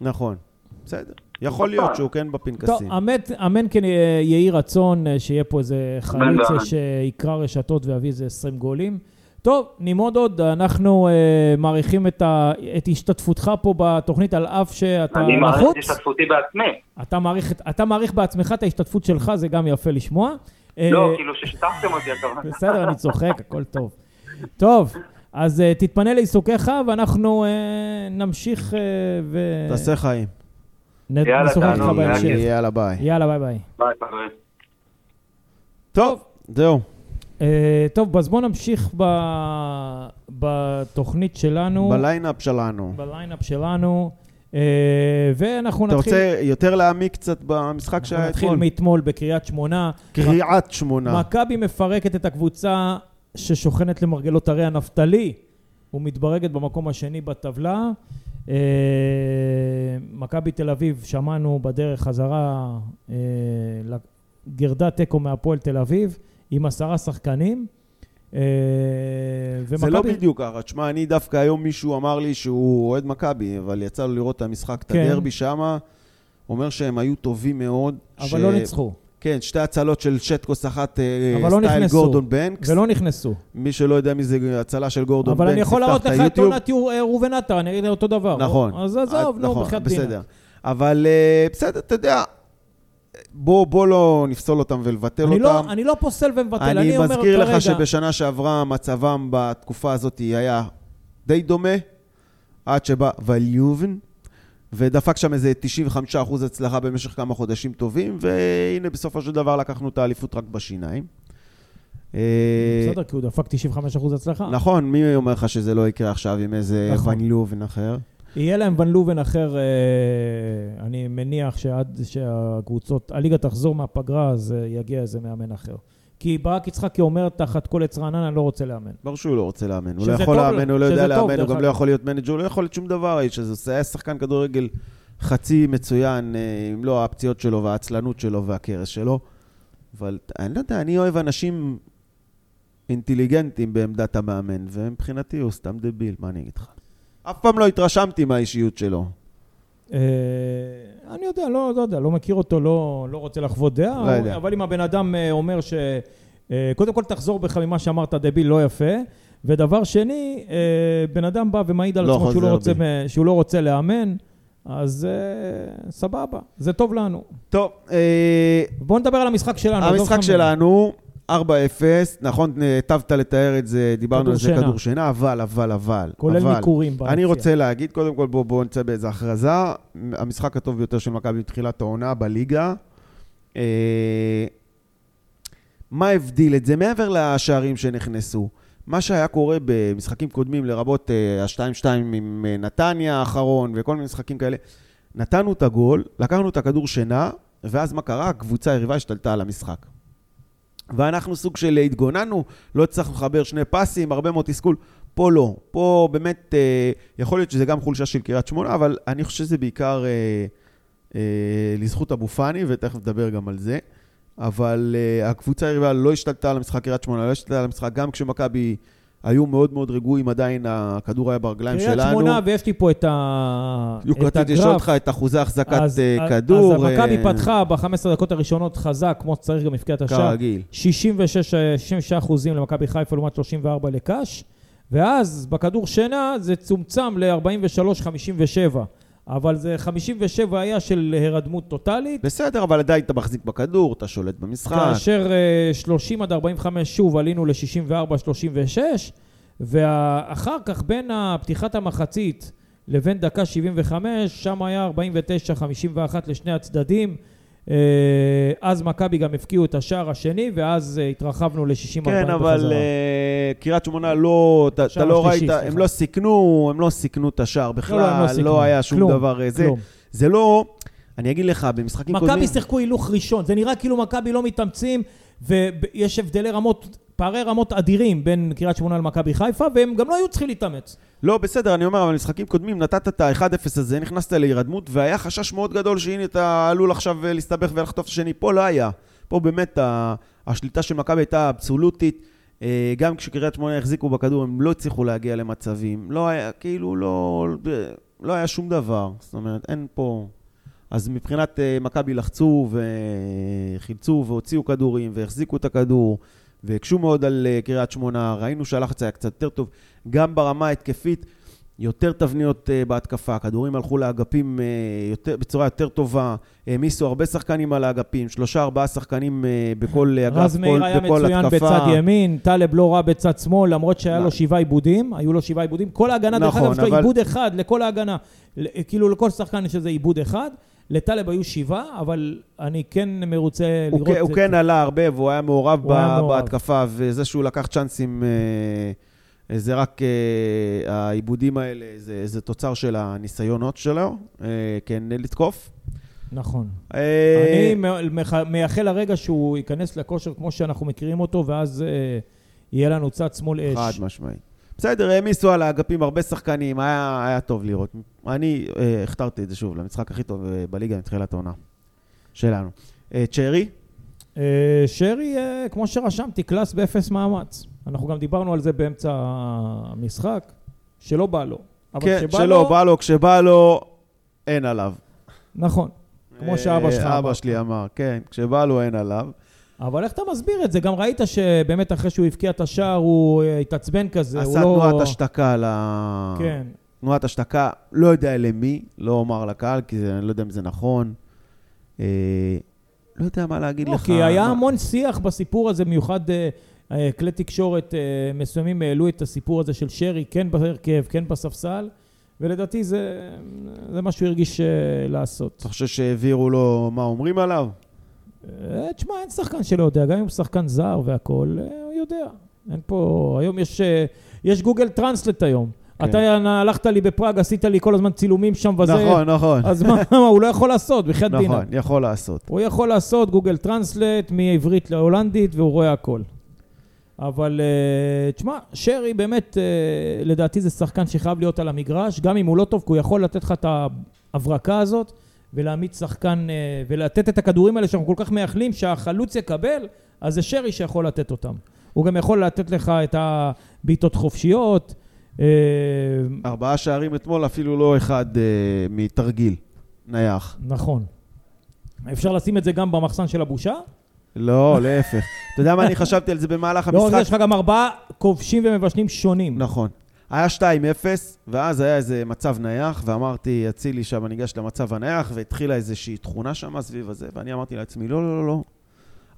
נכון, בסדר. יכול להיות שהוא כן בפנקסים. טוב, אמת, אמן כן אה, יהי רצון אה, שיהיה פה איזה אמן חלוץ ואמן. שיקרא רשתות ויביא איזה 20 גולים. טוב, נמרוד עוד, אנחנו אה, מעריכים את, ה, את השתתפותך פה בתוכנית, על אף שאתה אני מעריך את לחוץ. השתתפותי בעצמי. אתה מעריך, את- אתה מעריך בעצמך את ההשתתפות שלך, זה גם יפה לשמוע. אה, לא, כאילו ששיתפתם אותי, הכוונה. בסדר, אני צוחק, הכל טוב. טוב, אז אה, תתפנה לעיסוקיך, ואנחנו אה, נמשיך אה, ו... תעשה חיים. נ- יאללה, נשוחח איתך תענוג, בהמשך. יאללה. יאללה, ביי. יאללה, ביי ביי. ביי, חברים. טוב, זהו. אה, טוב, אז בואו נמשיך ב... בתוכנית שלנו, בליינאפ שלנו. בליינאפ שלנו, אה, ואנחנו אתה נתחיל, רוצה יותר להעמיק קצת במשחק אנחנו שהיה נתחיל אתמול? מאתמול בקריית שמונה. קריעת שמונה. מכבי מפרקת את הקבוצה ששוכנת למרגלות הרי הנפתלי ומתברגת במקום השני בטבלה. אה, מכבי תל אביב, שמענו בדרך חזרה, אה, גרדה תיקו מהפועל תל אביב, עם עשרה שחקנים. אה, זה לא ומכבי- בדיוק ככה. תשמע, אני דווקא היום מישהו אמר לי שהוא אוהד מכבי, אבל יצא לו לראות את המשחק, את כן. הדרבי שמה. אומר שהם היו טובים מאוד. ש- אבל לא ניצחו, כן, שתי הצלות של שטקוס אחת, אה, אבל לא סטייל נכנסו. גורדון בנקס. ולא נכנסו. מי שלא יודע מי זה הצלה של גורדון אבל בנקס, אני יכול תפתח להראות את לך את היוטיוב. עונת יור- אה, ראובן עטר, אני אגיד אותו דבר. נכון. אז עזוב, את- נו, נכון, בחייאת בסדר. דינה. אבל אה, בסדר, אתה יודע, בוא, בוא לא נפסול אותם ולבטל אני אותם. לא- אני לא פוסל ומבטל, אני אומר אני כרגע... מזכיר לך שבשנה שעברה מצבם בתקופה הזאת היה די דומה, עד שבא וליובן, ודפק שם איזה 95% הצלחה במשך כמה חודשים טובים, והנה בסופו של דבר לקחנו את האליפות רק בשיניים. אה, בסדר, כי הוא דפק 95% הצלחה. נכון, מי אומר לך שזה לא יקרה עכשיו עם איזה נכון. ון לובן אחר? יהיה להם ון לובן אחר, אה, אני מניח שעד שהקבוצות, הליגה תחזור מהפגרה, אז אה, יגיע איזה מאמן אחר. כי ברק יצחקי אומר תחת כל עץ רענן, אני לא רוצה לאמן. ברור שהוא לא רוצה לאמן, הוא שזה לא יכול טוב לו, לאמן, הוא לא יודע שזה טוב, לאמן, הוא דרך גם לא אגב. יכול להיות מנג'ר, הוא לא יכול להיות שום דבר, האיש הזה, זה היה שחקן כדורגל חצי מצוין, אה, אם לא הפציעות שלו והעצלנות שלו והקרס שלו, אבל אני לא יודע, אני אוהב אנשים אינטליגנטים בעמדת המאמן, ומבחינתי הוא סתם דביל, מה אני אגיד לך? אף פעם לא התרשמתי מהאישיות שלו. אה, אני יודע, לא, לא יודע, לא מכיר אותו, לא, לא רוצה לחוות דעה, לא יודע. אבל אם הבן אדם אה, אומר ש... אה, קודם כל תחזור בך ממה שאמרת, דביל, לא יפה. ודבר שני, אה, בן אדם בא ומעיד על לא עצמו שהוא לא, חוזר רוצה, בי. מ- שהוא לא רוצה לאמן, אז אה, סבבה, זה טוב לנו. טוב, אה, בואו נדבר על המשחק שלנו. לא עזוב המשחק אותך שלנו, 4-0, נכון, היטבת לתאר את זה, דיברנו כדור על זה שינה. כדור שינה, אבל, אבל, אבל, כולל אבל. ניכורים ביציאה. אני רוצה להגיד, קודם כל בואו בוא נצא באיזה הכרזה, המשחק הטוב ביותר של מכבי מתחילת העונה בליגה. אה, מה הבדיל את זה? מעבר לשערים שנכנסו, מה שהיה קורה במשחקים קודמים, לרבות אה, ה-2-2 עם אה, נתניה האחרון וכל מיני משחקים כאלה, נתנו את הגול, לקחנו את הכדור שינה, ואז מה קרה? הקבוצה היריבה השתלטה על המשחק. ואנחנו סוג של התגוננו, לא הצלחנו לחבר שני פסים, הרבה מאוד תסכול. פה לא. פה באמת, אה, יכול להיות שזה גם חולשה של קריית שמונה, אבל אני חושב שזה בעיקר אה, אה, לזכות אבו פאני, ותכף נדבר גם על זה. אבל אה, הקבוצה היריבה לא השתלטה על המשחק, קריית שמונה לא השתלטה על המשחק, גם כשמכבי היו מאוד מאוד רגועים, עדיין הכדור היה ברגליים שלנו. קריית שמונה, ויש לי פה את, ה... בדיוק את רציתי לשאול הגרף. אותך את אחוזי החזקת אז- אה, אז- כדור. אז המכבי אה, פתחה ב-15 דקות הראשונות חזק, כמו שצריך, גם הבקיעה את השער. כרגיל. 66 אה, 66 אחוזים למכבי חיפה לעומת 34 לקאש, ואז בכדור שינה זה צומצם ל-43-57, אבל זה 57 היה של הרדמות טוטאלית, בסדר, אבל עדיין אתה מחזיק בכדור, אתה שולט במשחק. כאשר אה, 30 עד 45 שוב עלינו ל-64-36, ואחר כך בין פתיחת המחצית לבין דקה 75, שם היה 49-51 לשני הצדדים. אה, אז מכבי גם הפקיעו את השער השני, ואז אה, התרחבנו ל-60-40 כן, אבל בחזרה. אה, קריית שמונה לא, אתה- אתה שער לא שלישי, ראית, הם סליחה. לא סיכנו, הם לא סיכנו את השער לא, לא, הם לא בכלל, סיכנו. לא היה שום כלום, דבר אה, זה. כלום. זה לא, אני אגיד לך, במשחקים קודמים... מכבי שיחקו הילוך ראשון, זה נראה כאילו מכבי לא מתאמצים, ויש הבדלי רמות, פערי רמות אדירים בין קריית שמונה למכבי חיפה, והם גם לא היו צריכים להתאמץ. לא, בסדר, אני אומר, אבל במשחקים קודמים נתת את ה-1-0 הזה, נכנסת להירדמות, והיה חשש מאוד גדול שהנה אתה עלול עכשיו אה, להסתבך ולחטוף את השני. פה לא היה. פה באמת ה- השליטה של מכבי הייתה אבסולוטית. אה, גם כשקריית שמונה החזיקו בכדור, הם לא הצליחו להגיע למצבים. לא היה, כאילו, לא, לא היה שום דבר. זאת אומרת, אין פה... אז מבחינת אה, מכבי לחצו וחילצו והוציאו כדורים והחזיקו את הכדור והקשו מאוד על אה, קריית שמונה, ראינו שהלחץ היה קצת יותר טוב, גם ברמה ההתקפית, יותר תבניות אה, בהתקפה, הכדורים הלכו לאגפים אה, יותר, בצורה יותר טובה, העמיסו הרבה שחקנים על האגפים, שלושה ארבעה שחקנים אה, בכל אה, אגף, רז מאיר כל- היה בכל מצוין התקפה. בצד ימין, טלב לא רע בצד שמאל, למרות שהיה לא. לו שבעה עיבודים, היו לו שבעה עיבודים. כל ההגנה, דרך נכון, אגב, יש לו אבל- עיבוד אחד לכל ההגנה. ל- כאילו לכל שחקן יש איזה עיבוד אחד. לטלב היו שבעה, אבל אני כן מרוצה הוא, לראות... כן, הוא את- כן עלה הרבה והוא היה מעורב, הוא ב- היה מעורב. בהתקפה, וזה שהוא לקח צ'אנסים, אה, זה רק אה, העיבודים האלה, זה, זה תוצר של הניסיונות שלו, אה, כן, לתקוף. נכון. אה, אני מ- מח- מייחל לרגע שהוא ייכנס לכושר כמו שאנחנו מכירים אותו, ואז אה, יהיה לנו צד שמאל אש. חד משמעית. בסדר, העמיסו על האגפים הרבה שחקנים, היה, היה טוב לראות. אני אה, הכתרתי את זה שוב למשחק הכי טוב אה, בליגה מתחילת העונה שלנו. אה, צ'רי? אה, שרי, אה, כמו שרשמתי, קלאס באפס מאמץ. אנחנו גם דיברנו על זה באמצע המשחק, שלא בא לו. אבל כן, כשבא שלא, בא לו, כשבא לו, אין עליו. נכון. כמו שאבא אה, שלך אמר. אבא שלי אמר, כן, כשבא לו, אין עליו. אבל איך אתה מסביר את זה? גם ראית שבאמת אחרי שהוא הבקיע את השער הוא אה, התעצבן כזה, הוא עשה לא... תנועת השתקה ל... כן. תנועת השתקה, לא יודע למי, לא אומר לקהל, כי זה, אני לא יודע אם זה נכון. אה, לא יודע מה להגיד לא, לך. כי היה מה- המון שיח בסיפור הזה, במיוחד אה, אה, כלי תקשורת אה, מסוימים העלו את הסיפור הזה של שרי, כן בהרכב, כן בספסל, ולדעתי זה, זה מה שהוא הרגיש אה, לעשות. אתה חושב שהעבירו לו מה אומרים עליו? אה, תשמע, אין שחקן שלא יודע, גם אם הוא שחקן זר והכול, אה, הוא יודע. אין פה... היום יש, אה, יש גוגל טרנסלט היום. כן. אתה הלכת לי בפראג, עשית לי כל הזמן צילומים שם וזה... נכון, נכון. אז מה, מה, הוא לא יכול לעשות, בחייאת דינה. נכון, יכול לעשות. הוא יכול לעשות גוגל טרנסלט מעברית להולנדית, והוא רואה הכל. אבל אה, תשמע, שרי באמת, אה, לדעתי זה שחקן שחייב להיות על המגרש, גם אם הוא לא טוב, כי הוא יכול לתת לך את ההברקה הזאת, ולהעמיד שחקן, אה, ולתת את הכדורים האלה שאנחנו כל כך מייחלים, שהחלוץ יקבל, אז זה שרי שיכול לתת אותם. הוא גם יכול לתת לך את הבעיטות חופשיות. אה, ארבעה שערים אתמול, אפילו לא אחד אה, מתרגיל נייח. נכון. אפשר לשים את זה גם במחסן של הבושה? לא, להפך. אתה יודע מה אני חשבתי על זה במהלך לא רק זה, המשחק? יש לך גם ארבעה כובשים ומבשלים שונים. נכון. היה 2-0, ואז היה איזה מצב נייח, ואמרתי, אצילי שם ניגש למצב הנייח, והתחילה איזושהי תכונה שם סביב הזה, ואני אמרתי לעצמי, לא, לא, לא, לא.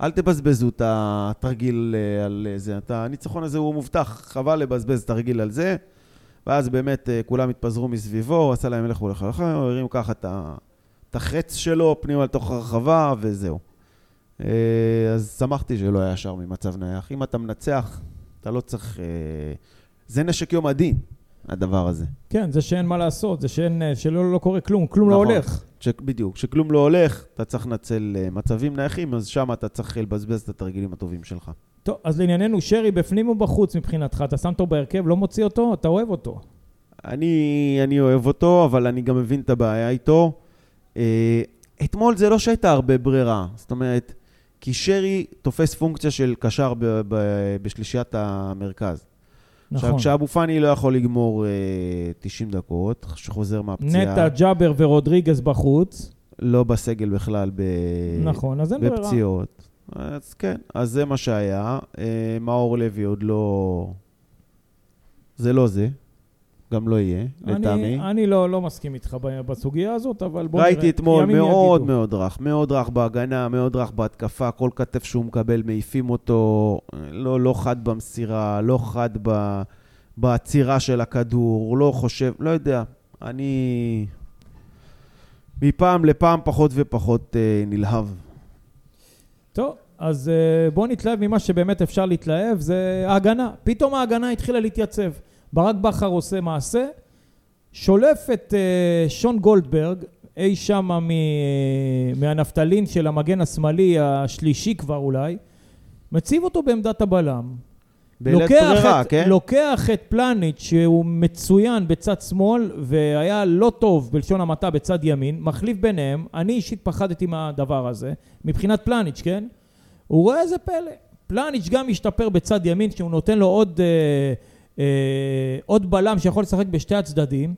אל תבזבזו את התרגיל אה, על אה, זה. את הניצחון הזה הוא מובטח, חבל לבזבז תרגיל על זה. ואז באמת אה, כולם התפזרו מסביבו, הוא עשה להם מלך ולך לך, הוא הרים ככה את ה- את החץ שלו פנימה לתוך הרחבה, וזהו. אה, אז שמחתי שלא היה שער ממצב נייח. אם אתה מנצח, אתה לא צריך... אה, זה נשק יום הדין, הדבר הזה. כן, זה שאין מה לעשות, זה שאין, אה, שלא לא קורה כלום, כלום לא נכון. הולך. ש... בדיוק, כשכלום לא הולך, אתה צריך לנצל אה, מצבים נייחים, אז שם אתה צריך לבזבז את התרגילים הטובים שלך. טוב, אז לענייננו, שרי בפנים ובחוץ מבחינתך, אתה שם אותו בהרכב, לא מוציא אותו, אתה אוהב אותו. אני, אני אוהב אותו, אבל אני גם מבין את הבעיה איתו. אה, אתמול זה לא שהייתה הרבה ברירה. זאת אומרת, כי שרי תופס פונקציה של קשר ב- ב- בשלישיית המרכז. נכון. עכשיו, כשאבו פאני לא יכול לגמור אה, 90 דקות, שחוזר מהפציעה, נטע, ג'אבר ורודריגז בחוץ, לא בסגל בכלל ב... נכון, אז אין ברירה. בפציעות. אז כן, אז זה מה שהיה. אה, מאור לוי עוד לא... זה לא זה. גם לא יהיה, אני- לטעמי. אני לא לא מסכים איתך ב- בסוגיה הזאת, אבל בוא נראה. ראיתי אתמול ימים מאוד יגידו. מאוד רך, מאוד רך בהגנה, מאוד רך בהתקפה, כל כתף שהוא מקבל מעיפים אותו, לא, לא חד במסירה, לא חד ב, בעצירה של הכדור, לא חושב, לא יודע. אני מפעם לפעם פחות ופחות אה, נלהב. טוב, אז אה, בוא נתלהב ממה שבאמת אפשר להתלהב, זה ההגנה. פתאום ההגנה התחילה להתייצב. ברק בכר עושה מעשה, שולף את אה, שון גולדברג, אי שמה מ- אה, מהנפטלין של המגן השמאלי השלישי כבר אולי, מציב אותו בעמדת הבלם. בלית לוקח ברירה, את, כן? לוקח את פלניץ' שהוא מצוין בצד שמאל והיה לא טוב בלשון המעטה בצד ימין, מחליף ביניהם, אני אישית פחדתי מהדבר הזה, מבחינת פלניץ', כן? הוא רואה איזה פלא, פלניץ' גם משתפר בצד ימין שהוא נותן לו עוד, אה, אה, עוד בלם שיכול לשחק בשתי הצדדים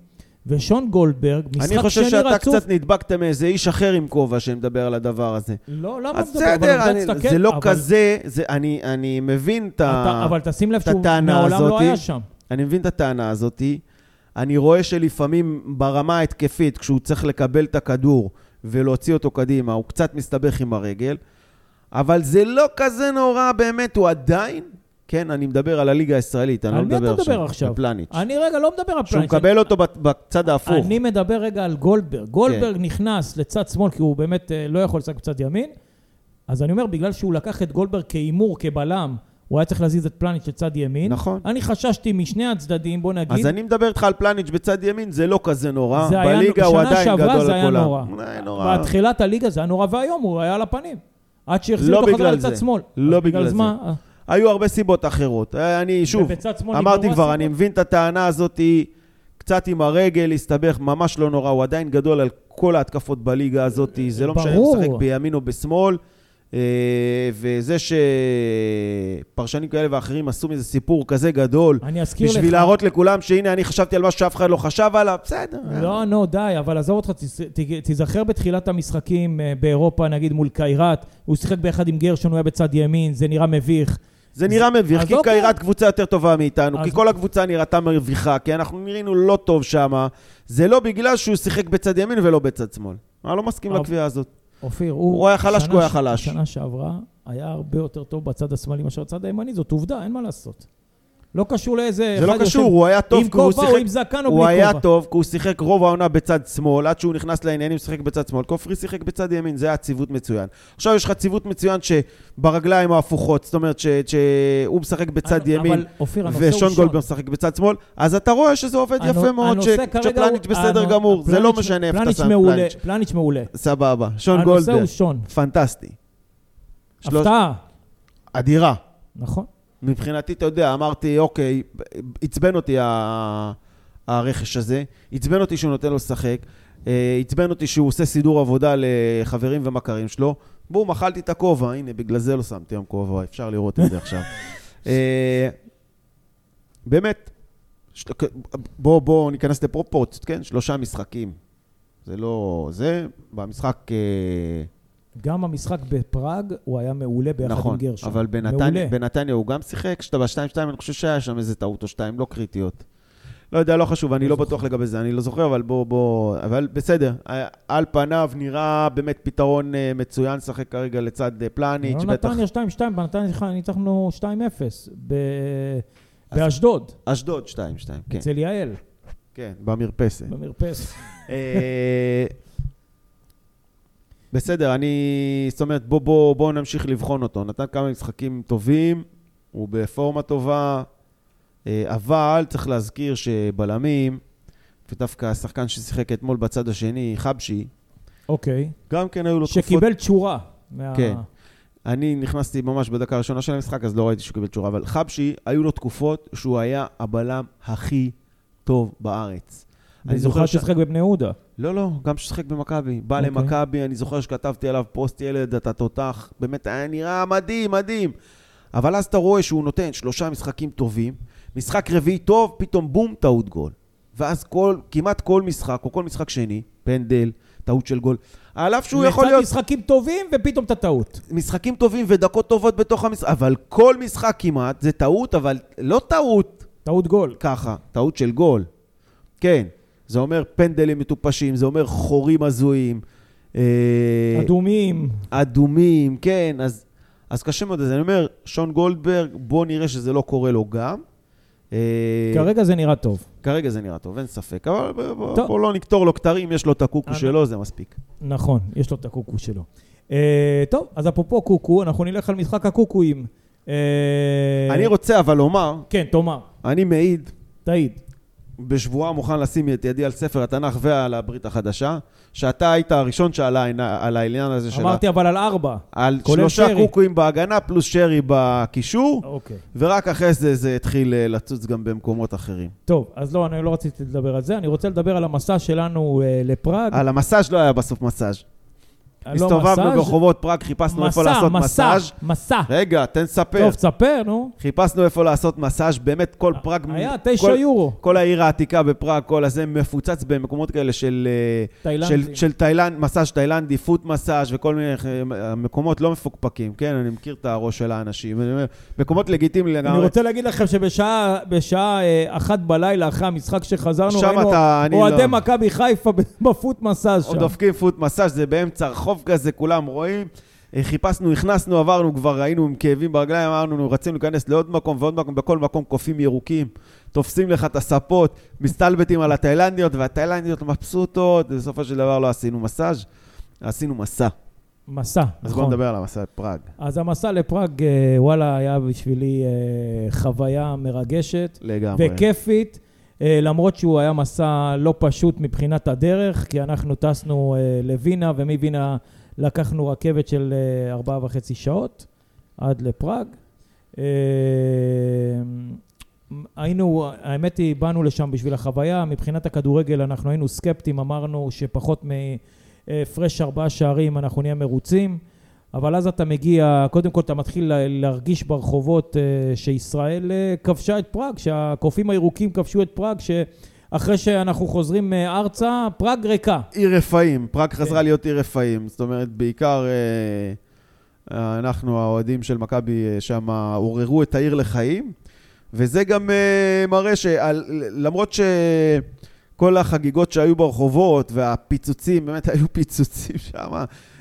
ושון גולדברג, משחק אני חושב שני שאתה רצוף, קצת נדבקת מאיזה איש אחר עם כובע שמדבר על הדבר הזה. לא, למה אז אתה מדבר? אבל בסדר, אתה אני- תסתכל, זה לא אבל- כזה, זה- אני- אני מבין את ה... אתה- אבל תשים לב את שהוא הטענה מעולם לא הזאתי. היה שם. אני מבין את הטענה הזאתי. אני רואה שלפעמים ברמה ההתקפית, כשהוא צריך לקבל את הכדור ולהוציא אותו קדימה, הוא קצת מסתבך עם הרגל, אבל זה לא כזה נורא באמת, הוא עדיין... כן, אני מדבר על הליגה הישראלית, אני לא על מי מדבר אתה עכשיו. מדבר עכשיו? על פלניץ'. אני רגע לא מדבר על שהוא פלניץ'. מקבל אותו בת- בצד ההפוך. אני מדבר רגע על גולדברג. גולדברג כן. נכנס לצד שמאל, כי הוא באמת אה, לא יכול לשחק בצד ימין. אז אני אומר, בגלל שהוא לקח את גולדברג כהימור, כבלם, הוא היה צריך להזיז את פלניץ' לצד ימין. נכון. אני חששתי משני הצדדים, בוא נגיד. אז אני מדבר איתך על פלניץ' בצד ימין, זה לא כזה נורא. זה היה נו- בליגה הוא שנה עדיין שעברה גדול זה היה לכולם. נורא. זה היה נורא. בתחילת הליגה זה היה נורא ואיום, הוא היה על הפנים. עד שהחזיר לא אותו חזרה בגלל לצד זה. שמאל. לא אז אה, בגלל אז זה. מה? היו הרבה סיבות אחרות. אה, אני, שוב, ובצד שמאל אמרתי נגמרו כבר, הסיבות. אני מבין את הטענה הזאת, היא קצת עם הרגל, הסתבך, ממש לא נורא, הוא עדיין גדול על כל ההתקפות בליגה הזאת, זה לא משנה אם הוא ברור. משחק בימין או בשמאל. אה, וזה שפרשנים כאלה ואחרים עשו מזה סיפור כזה גדול, אני אזכיר לך... בשביל להראות לכולם שהנה אני חשבתי על מה שאף אחד לא חשב עליו, בסדר. לא, נו, די, אבל עזוב אותך, תז- ת- תיזכר בתחילת המשחקים אה, באירופה, נגיד מול קיירת, הוא שיחק באחד עם גרשון, הוא היה בצד ימין, זה נראה מביך. זה נראה מביך, אז כי אוקיי. קיירת קבוצה יותר טובה מאיתנו, אז- אוקיי. כי כל הקבוצה נראתה מרוויחה, כי אנחנו נראינו לא טוב שמה, זה לא בגלל שהוא שיחק בצד ימין ולא בצד שמאל. אני לא מסכים אבל- לקביעה הזאת. אופיר, הוא... הוא היה חלש שנה כי הוא היה ש- חלש. שנה שעברה היה הרבה יותר טוב בצד השמאלי מאשר בצד הימני, זאת עובדה, אין מה לעשות. לא קשור לאיזה... זה לא אחד קשור, יושב- הוא היה טוב עם כי הוא כובע או שיחק... עם זקן או הוא בלי היה כובע. טוב כי הוא שיחק רוב העונה בצד שמאל, עד שהוא נכנס לעניינים שיחק בצד שמאל. כופרי שיחק בצד ימין, זה היה ציוות מצוין. עכשיו יש לך ציוות מצוין שברגליים ההפוכות, זאת אומרת ש- שהוא משחק בצד אבל- ימין, אבל אופיר, הנושא הוא ושון שון. גולדברג משחק בצד שמאל, אז אתה רואה שזה עובד הנו- יפה מאוד, הנושא כרגע הוא- שפלניץ' בסדר הנו- גמור, זה לא פלניץ'- משנה איפה אתה פלניץ' שם מעולה, פלניץ'. פלניץ' מעולה. סבבה, שון הנושא גולדברג, הוא שון. פנטסטי. שלוש- הפתעה, אדירה. נכון. מבחינתי, אתה יודע, אמרתי, אוקיי, עצבן אותי ה- הרכש הזה, עצבן אותי שהוא נותן לו לשחק, אה, עצבן אותי שהוא עושה סידור עבודה לחברים ומכרים שלו. בום, אכלתי את הכובע, הנה, בגלל זה לא שמתי היום כובע, אפשר לראות את זה עכשיו. אה, באמת, של- בואו בוא, ניכנס לפרופורציות, כן? שלושה משחקים. זה לא... זה, במשחק... אה, גם המשחק בפראג, הוא היה מעולה ביחד נכון, עם גרשון. אבל מעולה. בנתניה, בנתניה הוא גם שיחק, כשאתה ב-2-2 אני חושב שהיה שם איזה טעות או שתיים, לא קריטיות. לא יודע, לא חשוב, אני לא לא זוכר. בטוח לגבי זה, אני לא זוכר, אבל בוא, בוא, אבל בסדר. אה, על פניו נראה באמת פתרון אה, מצוין, שחק כרגע לצד אה, פלניץ', לא בטח. נתניה 2-2, בנתניה שלך ניצחנו 2-0. ב- באשדוד, אשדוד 2-2, כן, אצל יעל, כן, במרפסת. במרפס. אה, בסדר, אני... זאת אומרת, בוא, בוא, בוא נמשיך לבחון אותו. נתן כמה משחקים טובים, הוא בפורמה טובה, אה, אבל צריך להזכיר שבלמים, ודווקא השחקן ששיחק אתמול בצד השני, חבשי, אוקיי. גם כן היו לו תקופות... שקיבל תשורה. מה- כן. אני נכנסתי ממש בדקה הראשונה של המשחק, אז לא ראיתי שהוא קיבל תשורה, אבל חבשי, היו לו תקופות שהוא היה הבלם הכי טוב בארץ. אני זוכר במיוחד ש- ששיחק בבני יהודה. לא, לא, גם ששיחק במכבי. בא okay. אוקיי. למכבי, אני זוכר שכתבתי עליו פוסט ילד, אתה תותח. באמת, היה נראה מדהים, מדהים. אבל אז אתה רואה שהוא נותן שלושה משחקים טובים, משחק רביעי טוב, פתאום בום, טעות גול. ואז כל, כמעט כל משחק, או כל משחק שני, פנדל, טעות של גול. על אף שהוא יכול להיות לצד משחקים טובים, ופתאום אתה טעות. משחקים טובים ודקות טובות בתוך המשחק, אבל כל משחק כמעט זה טעות, אבל לא טעות טעות גול. ככה, טעות של גול. כן, זה אומר פנדלים מטופשים, זה אומר חורים הזויים. אה, אדומים. אדומים, כן, אז, אז קשה מאוד. אז אני אומר, שון גולדברג, בוא נראה שזה לא קורה לו גם. אה, כרגע זה נראה טוב. כרגע זה נראה טוב, אין ספק, אבל בוא- בוא, טוב. בוא לא נקטור לו כתרים, יש לו את הקוקו אני- שלו, זה מספיק. נכון, יש לו את הקוקו שלו. אה, טוב, אז אפרופו קוקו, אנחנו נלך על משחק הקוקואים. אה, אני רוצה אבל לומר, כן, תאמר, אני מעיד תעיד. בשבועה מוכן לשים את ידי על ספר התנ"ך ועל הברית החדשה, שאתה היית הראשון שעלה העיני- על העניין הזה של... ה- אמרתי אבל על ארבע. על כולל שלושה שרי. קוקואים בהגנה פלוס שרי בקישור, אוקיי. ורק אחרי זה זה התחיל אה, לצוץ גם במקומות אחרים. טוב, אז לא, אני לא רציתי לדבר על זה, אני רוצה לדבר על המסע שלנו אה, לפראג. על המסאז' לא היה בסוף מסאז'. אה, לא הסתובבנו מסאז', ברחובות פראג, חיפשנו איפה מסע, לעשות מסע, מסאז'. מסע. רגע, תן לספר. טוב, תספר, נו. חיפשנו איפה לעשות מסאז', באמת כל פראג... היה כל- תשע יורו. כל העיר העתיקה בפראג, כל הזה מפוצץ במקומות כאלה של... אה, תאילנדים. של, של תאילנד, מסאז' תאילנדי, פוט מסאז' וכל מיני אה, מקומות לא מפוקפקים, כן? אני מכיר את הראש של האנשים. אני אומר, מקומות לגיטימיים אני לגמרי. רוצה להגיד לכם שבשעה בשעה, אה, אחת בלילה אחרי המשחק שחזרנו, שם ראינו אתה- אני אוהדי לא- מכבי חיפה בפוט מסאז' עוד שם. דופקים פוט מסאז', זה באמצע רחוב כזה, כולם רואים. אה, חיפשנו, הכנסנו, עברנו כבר, היינו עם כאבים ברגליים, אמרנו, נו, רצינו להיכנס לעוד מקום ועוד מקום, בכל מקום קופים ירוקים, תופסים לך את הספות, מסתלבטים על התאילנדיות, והתאילנדיות מבסוטות, בסופו של דבר לא עשינו מסאז', עשינו מסע. מסע, אז בואו נכון. נדבר על המסע בפראג. אז המסע לפראג, אה, וואלה, היה בשבילי אה, חוויה מרגשת לגמרי. וכיפית, אה, למרות שהוא היה מסע לא פשוט מבחינת הדרך, כי אנחנו טסנו אה, לווינה, ומווינה לקחנו רכבת של אה, ארבעה וחצי שעות עד לפראג. אה, אה, היינו, האמת היא, באנו לשם בשביל החוויה. מבחינת הכדורגל אנחנו היינו סקפטיים, אמרנו שפחות מהפרש ארבעה שערים אנחנו נהיה מרוצים. אבל אז אתה מגיע, קודם כל אתה מתחיל לה- להרגיש ברחובות אה, שישראל אה, כבשה את פראג, שהקופים הירוקים כבשו את פראג, שאחרי שאנחנו חוזרים אה, ארצה, פראג ריקה. עיר רפאים, פראג חזרה כן. להיות עיר רפאים. זאת אומרת, בעיקר אה, אה, אנחנו, האוהדים של מכבי, שם עוררו את העיר לחיים, וזה גם אה, מראה שלמרות שכל החגיגות שהיו ברחובות והפיצוצים, באמת היו פיצוצים שם,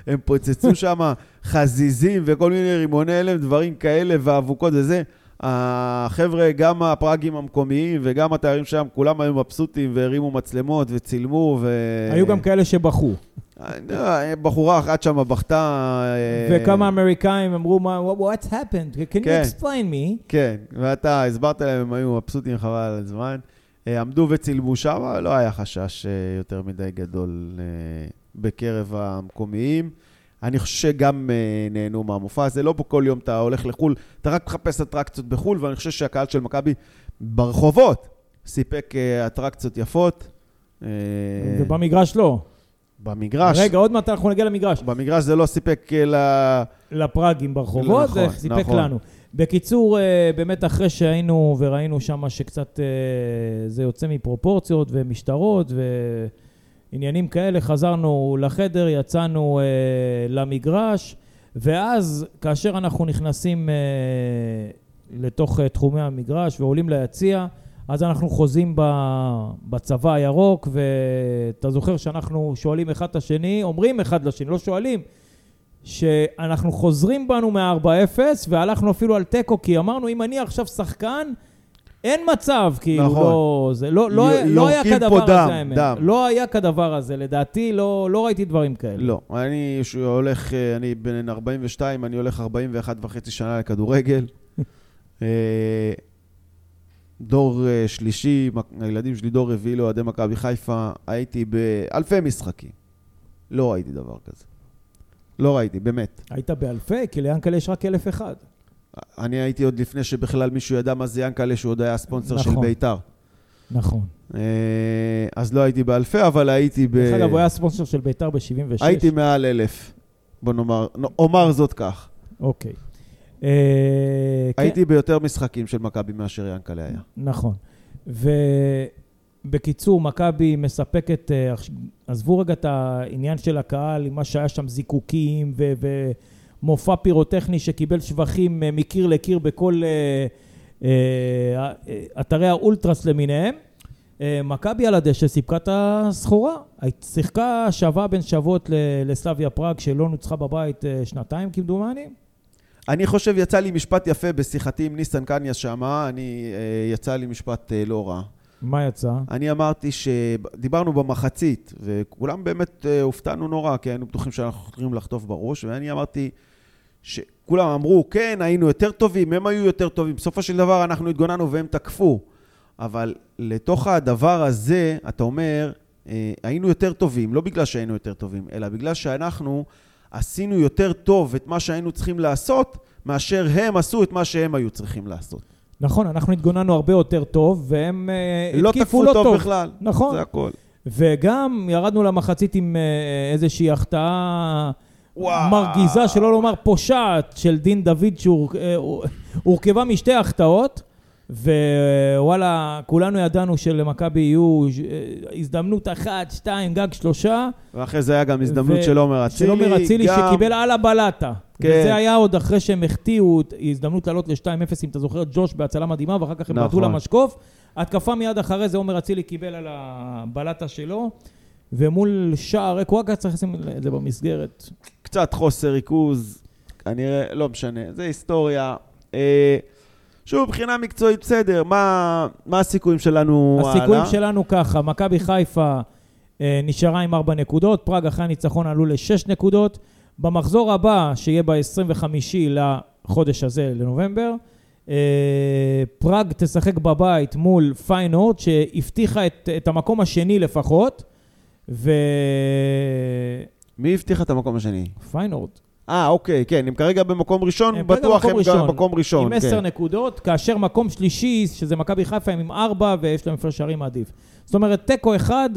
הם פוצצו שם חזיזים וכל מיני רימוני הלם, דברים כאלה ואבוקות וזה. החבר'ה, גם הפראגים המקומיים וגם התיירים שם, כולם היו מבסוטים והרימו מצלמות וצילמו ו... היו גם כאלה שבכו. אני יודע, אה, לא, בחורה אחת שם בכתה... אה, וכמה אמריקאים אמרו, "מה- what what's happened? Can כן. you explain me? כן, ואתה הסברת להם, הם היו מבסוטים חבל על הזמן. אה, עמדו וצילמו שם, לא היה חשש אה, יותר מדי גדול אה, בקרב המקומיים. אני חושב שגם אה, נהנו מהמופע הזה. לא פה כל יום אתה הולך לחו"ל, אתה רק מחפש אטרקציות בחו"ל, ואני חושב שהקהל של מכבי ברחובות סיפק אה, אטרקציות יפות. אה, ובמגרש לא. במגרש, רגע, עוד מעט אנחנו נגיע למגרש. במגרש זה לא סיפק אה, ל... לפראגים ברחובות, זה נכון, סיפק נכון. לנו. בקיצור, אה, באמת אחרי שהיינו וראינו שם שקצת אה, זה יוצא מפרופורציות ומשטרות ועניינים כאלה, חזרנו לחדר, יצאנו אה, למגרש, ואז כאשר אנחנו נכנסים אה, לתוך אה, תחומי המגרש ועולים ליציע, אז אנחנו חוזים ב- בצבא הירוק, ואתה זוכר שאנחנו שואלים אחד את השני, אומרים אחד לשני, לא שואלים, שאנחנו חוזרים בנו מ-4-0, והלכנו אפילו על תיקו, כי אמרנו, אם אני עכשיו שחקן, אין מצב, כאילו, נכון. נכון. לא, זה, לא, לא, י- לא היה יורקים כדבר פה הזה, דם, האמת. דם. לא היה כדבר הזה, לדעתי, לא, לא ראיתי דברים כאלה. לא, אני ש- הולך, אה, אני בן 42, אני הולך 41 וחצי שנה לכדורגל. אה, דור אה, שלישי, מק- הילדים שלי דור רביעי לאוהדי מכבי חיפה, הייתי באלפי משחקים. לא ראיתי דבר כזה. לא ראיתי, באמת. היית באלפי, כי ליענקל'ה יש רק אלף אחד. אני הייתי עוד לפני שבכלל מישהו ידע מה זה ינקלה, שהוא עוד היה ספונסר של נכון. בית"ר. נכון. אה, אז לא הייתי באלפי, אבל הייתי ב... דרך אגב, הוא היה ספונסר של בית"ר ב-76. הייתי מעל אלף, בוא נאמר, נו, אומר זאת כך. אוקיי. אה, כן. הייתי ביותר משחקים של מכבי מאשר ינקלה היה. נכון. ובקיצור, מכבי מספקת, אה, עכש- עזבו רגע את העניין של הקהל, עם מה שהיה שם זיקוקים ו- ומופע פירוטכני שקיבל שבחים אה, מקיר לקיר בכל אה, אה, אה, אתרי האולטרס למיניהם. אה, מכבי על הדשא סיפקה את הסחורה. היית- שיחקה שווה בין שוות ל- לסלביה פראג, שלא נוצחה בבית אה, שנתיים כמדומני. אני חושב, יצא לי משפט יפה בשיחתי עם ניסן קניה שמה, אני, אה, יצא לי משפט אה, לא רע. מה יצא? אני אמרתי ש... דיברנו במחצית, וכולם באמת אה, הופתענו נורא, כי היינו בטוחים שאנחנו הולכים לחטוף בראש, ואני אמרתי שכולם אמרו, כן, היינו יותר טובים, הם היו יותר טובים, בסופו של דבר אנחנו התגוננו והם תקפו. אבל לתוך הדבר הזה, אתה אומר, אה, היינו יותר טובים, לא בגלל שהיינו יותר טובים, אלא בגלל שאנחנו עשינו יותר טוב את מה שהיינו צריכים לעשות, מאשר הם עשו את מה שהם היו צריכים לעשות. נכון, אנחנו התגוננו הרבה יותר טוב, והם אה, לא התקיפו תקפו לא טוב, טוב. בכלל, נכון. זה הכל. וגם ירדנו למחצית עם אה, איזושהי החטאה וואו. מרגיזה, שלא לומר פושעת, של דין דוד, שהורכבה משתי החטאות, ווואלה, כולנו ידענו שלמכבי יהיו אה, הזדמנות אחת, שתיים, גג שלושה, ואחרי זה היה גם הזדמנות ו- של עומר אצילי. של עומר אצילי גם- שקיבל על הבלטה. כן. וזה היה עוד אחרי שהם החטיאו הזדמנות לעלות ל-2-0, אם אתה זוכר, ג'וש בהצלה מדהימה, ואחר כך הם נכון. בעטו למשקוף. התקפה מיד אחרי זה, עומר אצילי קיבל על הבלטה שלו, ומול שער ריק, הוא רק היה צריך לשים את זה במסגרת. קצת חוסר ריכוז, כנראה, לא משנה, זה היסטוריה. אה, שוב, מבחינה מקצועית, בסדר, מה, מה הסיכויים שלנו הסיכויים הלאה? שלנו ככה, מכבי חיפה אה, נשארה עם ארבע נקודות, פראג אחרי הניצחון עלו לשש נקודות. במחזור הבא, שיהיה ב-25 לחודש הזה, לנובמבר, אה, פראג תשחק בבית מול פיינורד, שהבטיחה את, את המקום השני לפחות, ו... מי הבטיח את המקום השני? פיינורד. אה, אוקיי, כן, הם כרגע במקום ראשון, הם כרגע בטוח מקום הם גם במקום ראשון. עם עשר כן. נקודות, כאשר מקום שלישי, שזה מכבי חיפה, הם עם ארבע, ויש להם הפרש שערים עדיף. זאת אומרת, תיקו אחד,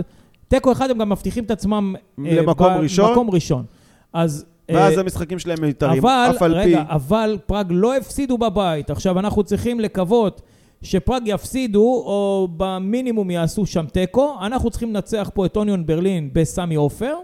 תיקו אחד הם גם מבטיחים את עצמם... אה, למקום ב- ראשון? מקום ראשון. אז... אה, ואז המשחקים שלהם מיותרים, אבל, אף על פי... רגע, אבל פראג לא הפסידו בבית. עכשיו, אנחנו צריכים לקוות שפראג יפסידו, או במינימום יעשו שם תיקו. אנחנו צריכים לנצח פה את אוניון ברלין בסמי עופר.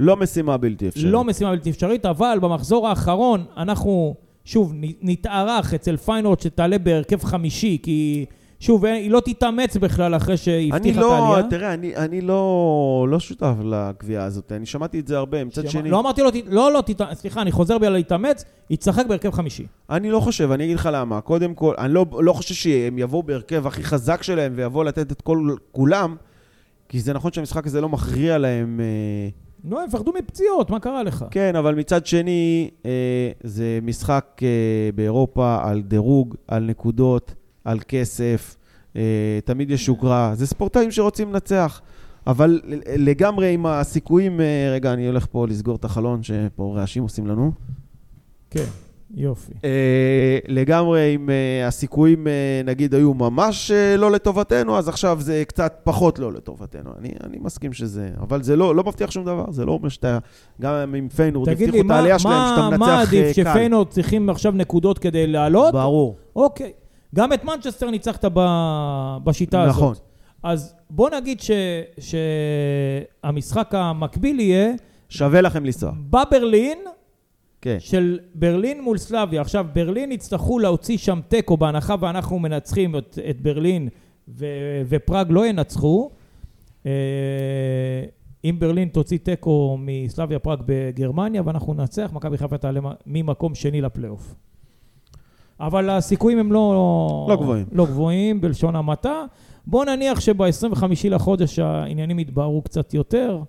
לא משימה בלתי אפשרית. לא משימה בלתי אפשרית, אבל במחזור האחרון אנחנו שוב נ- נתארח אצל פיינורד שתעלה בהרכב חמישי, כי שוב, אין- היא לא תתאמץ בכלל אחרי שהיא אני הבטיחה לא, את העלייה. תראה, אני, אני לא, לא שותף לקביעה הזאת, אני שמעתי את זה הרבה, מצד שאמר- שני, לא אמרתי לו, "ת- לא, לא, תתא- סליחה, אני חוזר בי על להתאמץ, היא תשחק בהרכב חמישי. אני לא חושב, אני אגיד לך למה. קודם כל, אני לא, לא חושב שהם יבואו בהרכב הכי חזק שלהם ויבואו לתת את כל כולם, כי זה נכון שהמשחק הזה לא מכריע להם, אה, נו, הם פחדו מפציעות, מה קרה לך? כן, אבל מצד שני, אה, זה משחק אה, באירופה על דירוג, על נקודות, על כסף, אה, תמיד יש שוגרה. זה ספורטאים שרוצים לנצח. אבל ל- לגמרי עם הסיכויים, אה, רגע, אני הולך פה לסגור את החלון שפה רעשים עושים לנו. כן, יופי. אה, לגמרי, אם אה, הסיכויים, אה, נגיד, היו ממש אה, לא לטובתנו, אז עכשיו זה קצת פחות לא לטובתנו. אני, אני מסכים שזה, אבל זה לא, לא מבטיח שום דבר, זה לא אומר שאתה, גם אם פיינורד תגיד לי, הבטיחו את מה, העלייה שלהם, שאתה מה, מנצח מה אה, עדיף, קל. שפיינורד צריכים עכשיו נקודות כדי לעלות? ברור. אוקיי. גם את מנצ'סטר ניצחת ב... בשיטה הזאת. נכון. אז בוא נגיד ש... שהמשחק המקביל יהיה שווה לכם לנסוע. בברלין כן. של ברלין מול סלאביה. עכשיו, ברלין יצטרכו להוציא שם תיקו בהנחה ואנחנו מנצחים את, את ברלין ו... ופראג לא ינצחו. אה, אם ברלין תוציא תיקו מסלאביה פראג בגרמניה ואנחנו ננצח, מכבי חיפה תעלה ממקום שני לפלייאוף. אבל הסיכויים הם לא... לא גבוהים. לא גבוהים, בלשון המעטה. בוא נניח שב-25 לחודש העניינים יתבהרו קצת יותר,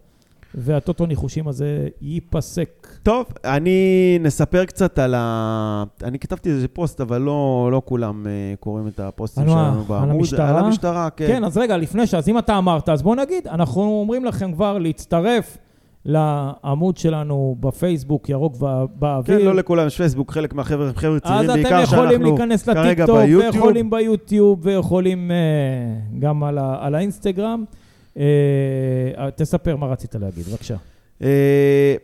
והטוטו ניחושים הזה ייפסק. טוב, אני נספר קצת על ה... אני כתבתי איזה פוסט, אבל לא, לא כולם אה, קוראים את הפוסטים על מה? שלנו בעמוד. על המשטרה? על המשטרה, כן. כן, אז רגע, לפני ש... אז אם אתה אמרת, אז בוא נגיד, אנחנו אומרים לכם כבר להצטרף לעמוד שלנו בפייסבוק, ירוק ו- באוויר. כן, לא לכולם יש פייסבוק, חלק מהחבר'ה, חבר'ה צעירים אוקיי. אז בעיקר, אתם יכולים שאנחנו להיכנס כרגע לטיקטוק, ביוטיוב. ויכולים ביוטיוב, ויכולים אה, גם על, ה- על האינסטגרם. אה, תספר מה רצית להגיד, בבקשה. אה,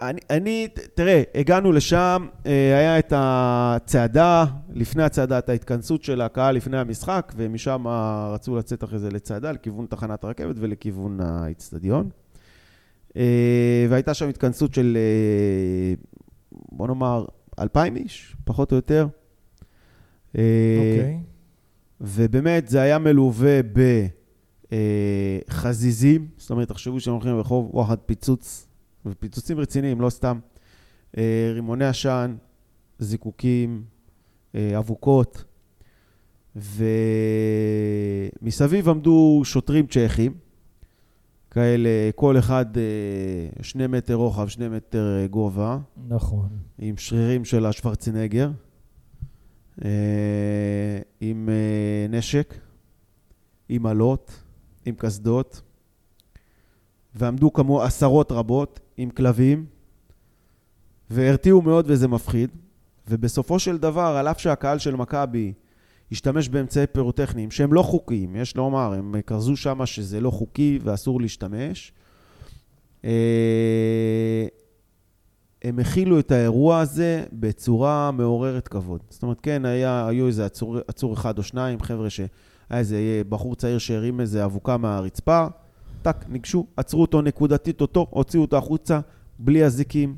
אני, אני, ת- תראה, הגענו לשם, אה, היה את הצעדה, לפני הצעדה, את ההתכנסות של הקהל לפני המשחק, ומשם רצו לצאת אחרי זה לצעדה, לכיוון תחנת הרכבת ולכיוון האיצטדיון. אה, והייתה שם התכנסות של, אה, בוא נאמר, אלפיים איש, פחות או יותר. אה, אוקיי. ובאמת זה היה מלווה בחזיזים, זאת אומרת, תחשבו שהם הולכים ברחוב וואחד פיצוץ, ופיצוצים רציניים, לא סתם. אה, רימוני עשן, זיקוקים, אה, אבוקות, ומסביב עמדו שוטרים צ'כים, כאלה, כל אחד אה, שני מטר רוחב, שני מטר אה, גובה, נכון. עם שרירים של השוורצנגר, אה, עם אה, נשק, עם אלות, עם קסדות, ועמדו כמו עשרות רבות עם כלבים, והרתיעו מאוד וזה מפחיד, ובסופו של דבר, על אף שהקהל של מכבי השתמש באמצעי פירוטכניים שהם לא חוקיים, יש לומר, הם כרזו שמה שזה לא חוקי ואסור להשתמש, אה, הם הכילו את האירוע הזה בצורה מעוררת כבוד. זאת אומרת, כן, היה, היו איזה עצור, עצור אחד או שניים, חבר'ה שהיה איזה אה, בחור צעיר שהרים איזה אבוקה מהרצפה, טק, ניגשו, עצרו אותו נקודתית, אותו, הוציאו אותו החוצה, בלי אזיקים,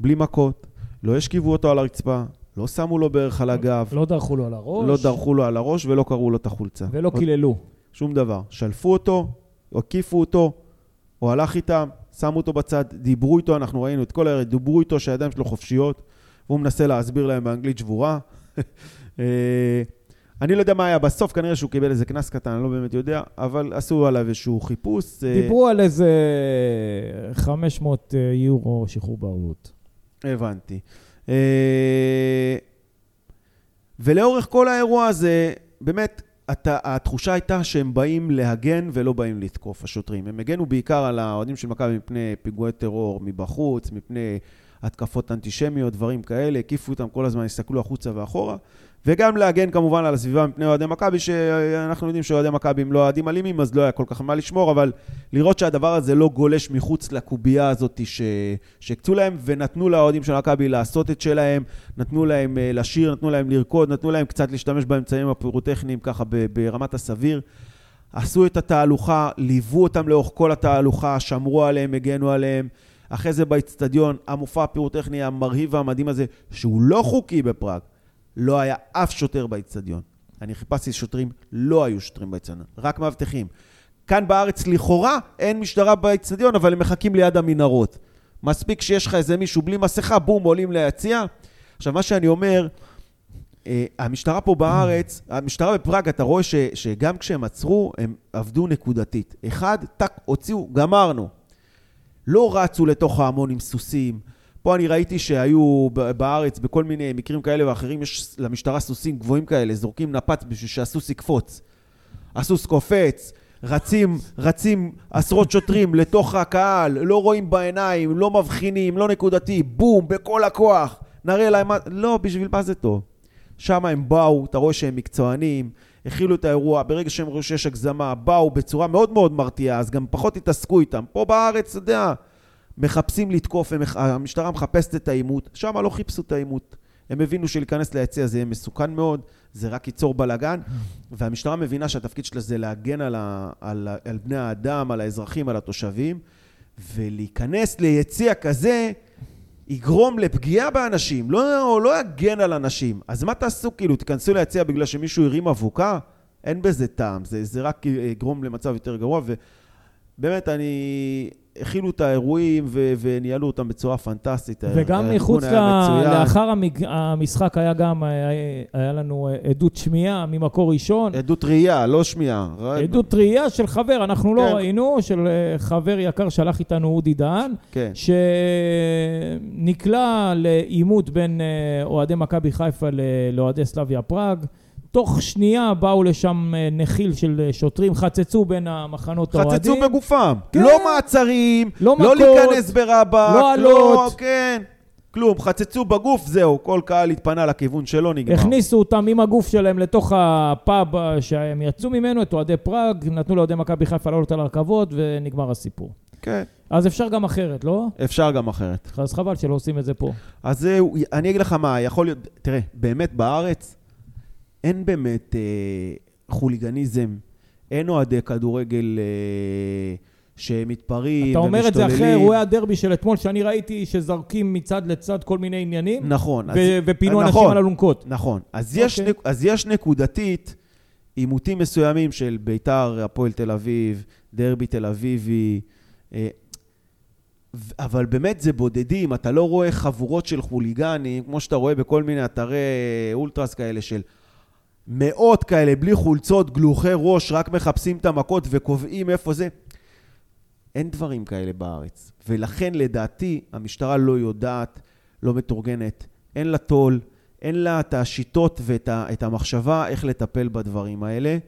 בלי מכות, לא השכיבו אותו על הרצפה, לא שמו לו בערך על הגב, לא דרכו לו על הראש. לא דרכו לו על הראש ולא קרעו לו את החולצה. ולא קיללו. שום דבר. שלפו אותו, הקיפו אותו, הוא הלך איתם, שמו אותו בצד, דיברו איתו, אנחנו ראינו את כל הערב, דיברו איתו שהידיים שלו חופשיות, והוא מנסה להסביר להם באנגלית שבורה. אה, אני לא יודע מה היה בסוף, כנראה שהוא קיבל איזה קנס קטן, אני לא באמת יודע, אבל עשו עליו איזשהו חיפוש. אה, דיברו על איזה 500 אה, יורו שחרור בערבות. הבנתי. אה, ולאורך כל האירוע הזה, באמת, אתה, התחושה הייתה שהם באים להגן ולא באים לתקוף, השוטרים. הם הגנו בעיקר על האוהדים של מכבי מפני פיגועי טרור מבחוץ, מפני התקפות אנטישמיות, דברים כאלה, הקיפו אותם כל הזמן, הסתכלו החוצה ואחורה. וגם להגן כמובן על הסביבה מפני אוהדי מכבי, שאנחנו יודעים שאוהדי מכבי הם לא אוהדים אלימים, אז לא היה כל כך מה לשמור, אבל לראות שהדבר הזה לא גולש מחוץ לקובייה הזאת ש... שהקצו להם, ונתנו לאוהדים של מכבי לעשות את שלהם, נתנו להם אה, לשיר, נתנו להם לרקוד, נתנו להם קצת להשתמש באמצעים הפירוטכניים ככה ב- ברמת הסביר. עשו את התהלוכה, ליוו אותם לאורך כל התהלוכה, שמרו עליהם, הגנו עליהם. אחרי זה באיצטדיון, המופע הפירוטכני המרהיב והמדהים הזה, שהוא לא חוקי בפראג, לא היה אף שוטר באיצטדיון. אני חיפשתי שוטרים, לא היו שוטרים באיצטדיון, רק מאבטחים. כאן בארץ לכאורה אין משטרה באיצטדיון, אבל הם מחכים ליד המנהרות. מספיק שיש לך איזה מישהו בלי מסכה, בום, עולים ליציע. עכשיו, מה שאני אומר, אה, המשטרה פה בארץ, המשטרה בפראג, אתה רואה ש, שגם כשהם עצרו, הם עבדו נקודתית. אחד, טאק, הוציאו, גמרנו. לא רצו לתוך ההמון עם סוסים. פה אני ראיתי שהיו ב- בארץ, בכל מיני מקרים כאלה ואחרים, יש למשטרה סוסים גבוהים כאלה, זורקים נפץ בשביל שהסוס יקפוץ. הסוס קופץ, רצים, רצים עשרות שוטרים לתוך הקהל, לא רואים בעיניים, לא מבחינים, לא נקודתי, בום, בכל הכוח, נראה להם מה... לא, בשביל מה זה טוב? שם הם באו, אתה רואה שהם מקצוענים, הכילו את האירוע, ברגע שהם ראו שיש הגזמה, באו בצורה מאוד מאוד מרתיעה, אז גם פחות התעסקו איתם. פה בארץ, אתה יודע, מחפשים לתקוף, הם, המשטרה מחפשת את העימות, שם לא חיפשו את העימות. הם הבינו שלהיכנס ליציע זה יהיה מסוכן מאוד, זה רק ייצור בלאגן, והמשטרה מבינה שהתפקיד שלה זה להגן על, ה, על, ה- על בני האדם, על האזרחים, על התושבים, ולהיכנס ליציע כזה יגרום לפגיעה באנשים, לא, לא יגן על אנשים. אז מה תעשו כאילו, תיכנסו ליציע בגלל שמישהו הרים אבוקה? אין בזה טעם, זה, זה רק יגרום למצב יותר גרוע, ו... באמת, אני... הכילו את האירועים ו- וניהלו אותם בצורה פנטסטית. וגם הארגון מחוץ ל... כן, היה מצוין. לאחר המג... המשחק היה גם, אה, היה לנו אה, עדות שמיעה ממקור ראשון. עדות ראייה, לא שמיעה. עדות ראייה של חבר, אנחנו לא כן. ראינו, של אה, חבר יקר שהלך איתנו, אודי דהן, כן. שנקלע לעימות בין אה, אוהדי מכבי חיפה ל- לאוהדי סלאביה פראג. תוך שנייה באו לשם אה, נחיל של אה, שוטרים, חצצו בין המחנות האוהדים. חצצו בגופם. כן. לא מעצרים, לא לא מכות, להיכנס ברבק, לא לא, עלות. כן. כלום, חצצו בגוף, זהו. כל קהל התפנה לכיוון שלו, נגמר. הכניסו אותם עם הגוף שלהם לתוך הפאב אה, שהם יצאו ממנו, את אוהדי פראג, נתנו לאוהדי מכבי חיפה לעלות על הרכבות, ונגמר הסיפור. כן. אז אפשר גם אחרת, לא? אפשר גם אחרת. אז חבל שלא עושים את זה פה. אז זהו, אני אגיד לך מה, יכול להיות... תראה, באמת בארץ אין באמת אה, חוליגניזם, אין אוהדי כדורגל אה, שמתפרעים אתה ומשתוללים. אומר את זה אחרי אירועי הדרבי של אתמול, שאני ראיתי שזרקים מצד לצד כל מיני עניינים, נכון. אז- ו- ופינו אנשים נכון. על אלונקות. נכון. אז יש, אוקיי. נק, אז יש נקודתית עימותים מסוימים של ביתר, הפועל תל אביב, דרבי תל אביבי, אה, ו- אבל באמת זה בודדים, אתה לא רואה חבורות של חוליגנים, כמו שאתה רואה בכל מיני אתרי אולטרס כאלה של מאות כאלה, בלי חולצות, גלוחי ראש, רק מחפשים את המכות וקובעים איפה זה. אין דברים כאלה בארץ. ולכן, לדעתי, המשטרה לא יודעת, לא מתורגנת, אין לה תו"ל, אין לה את השיטות ואת ה, את המחשבה איך לטפל בדברים האלה.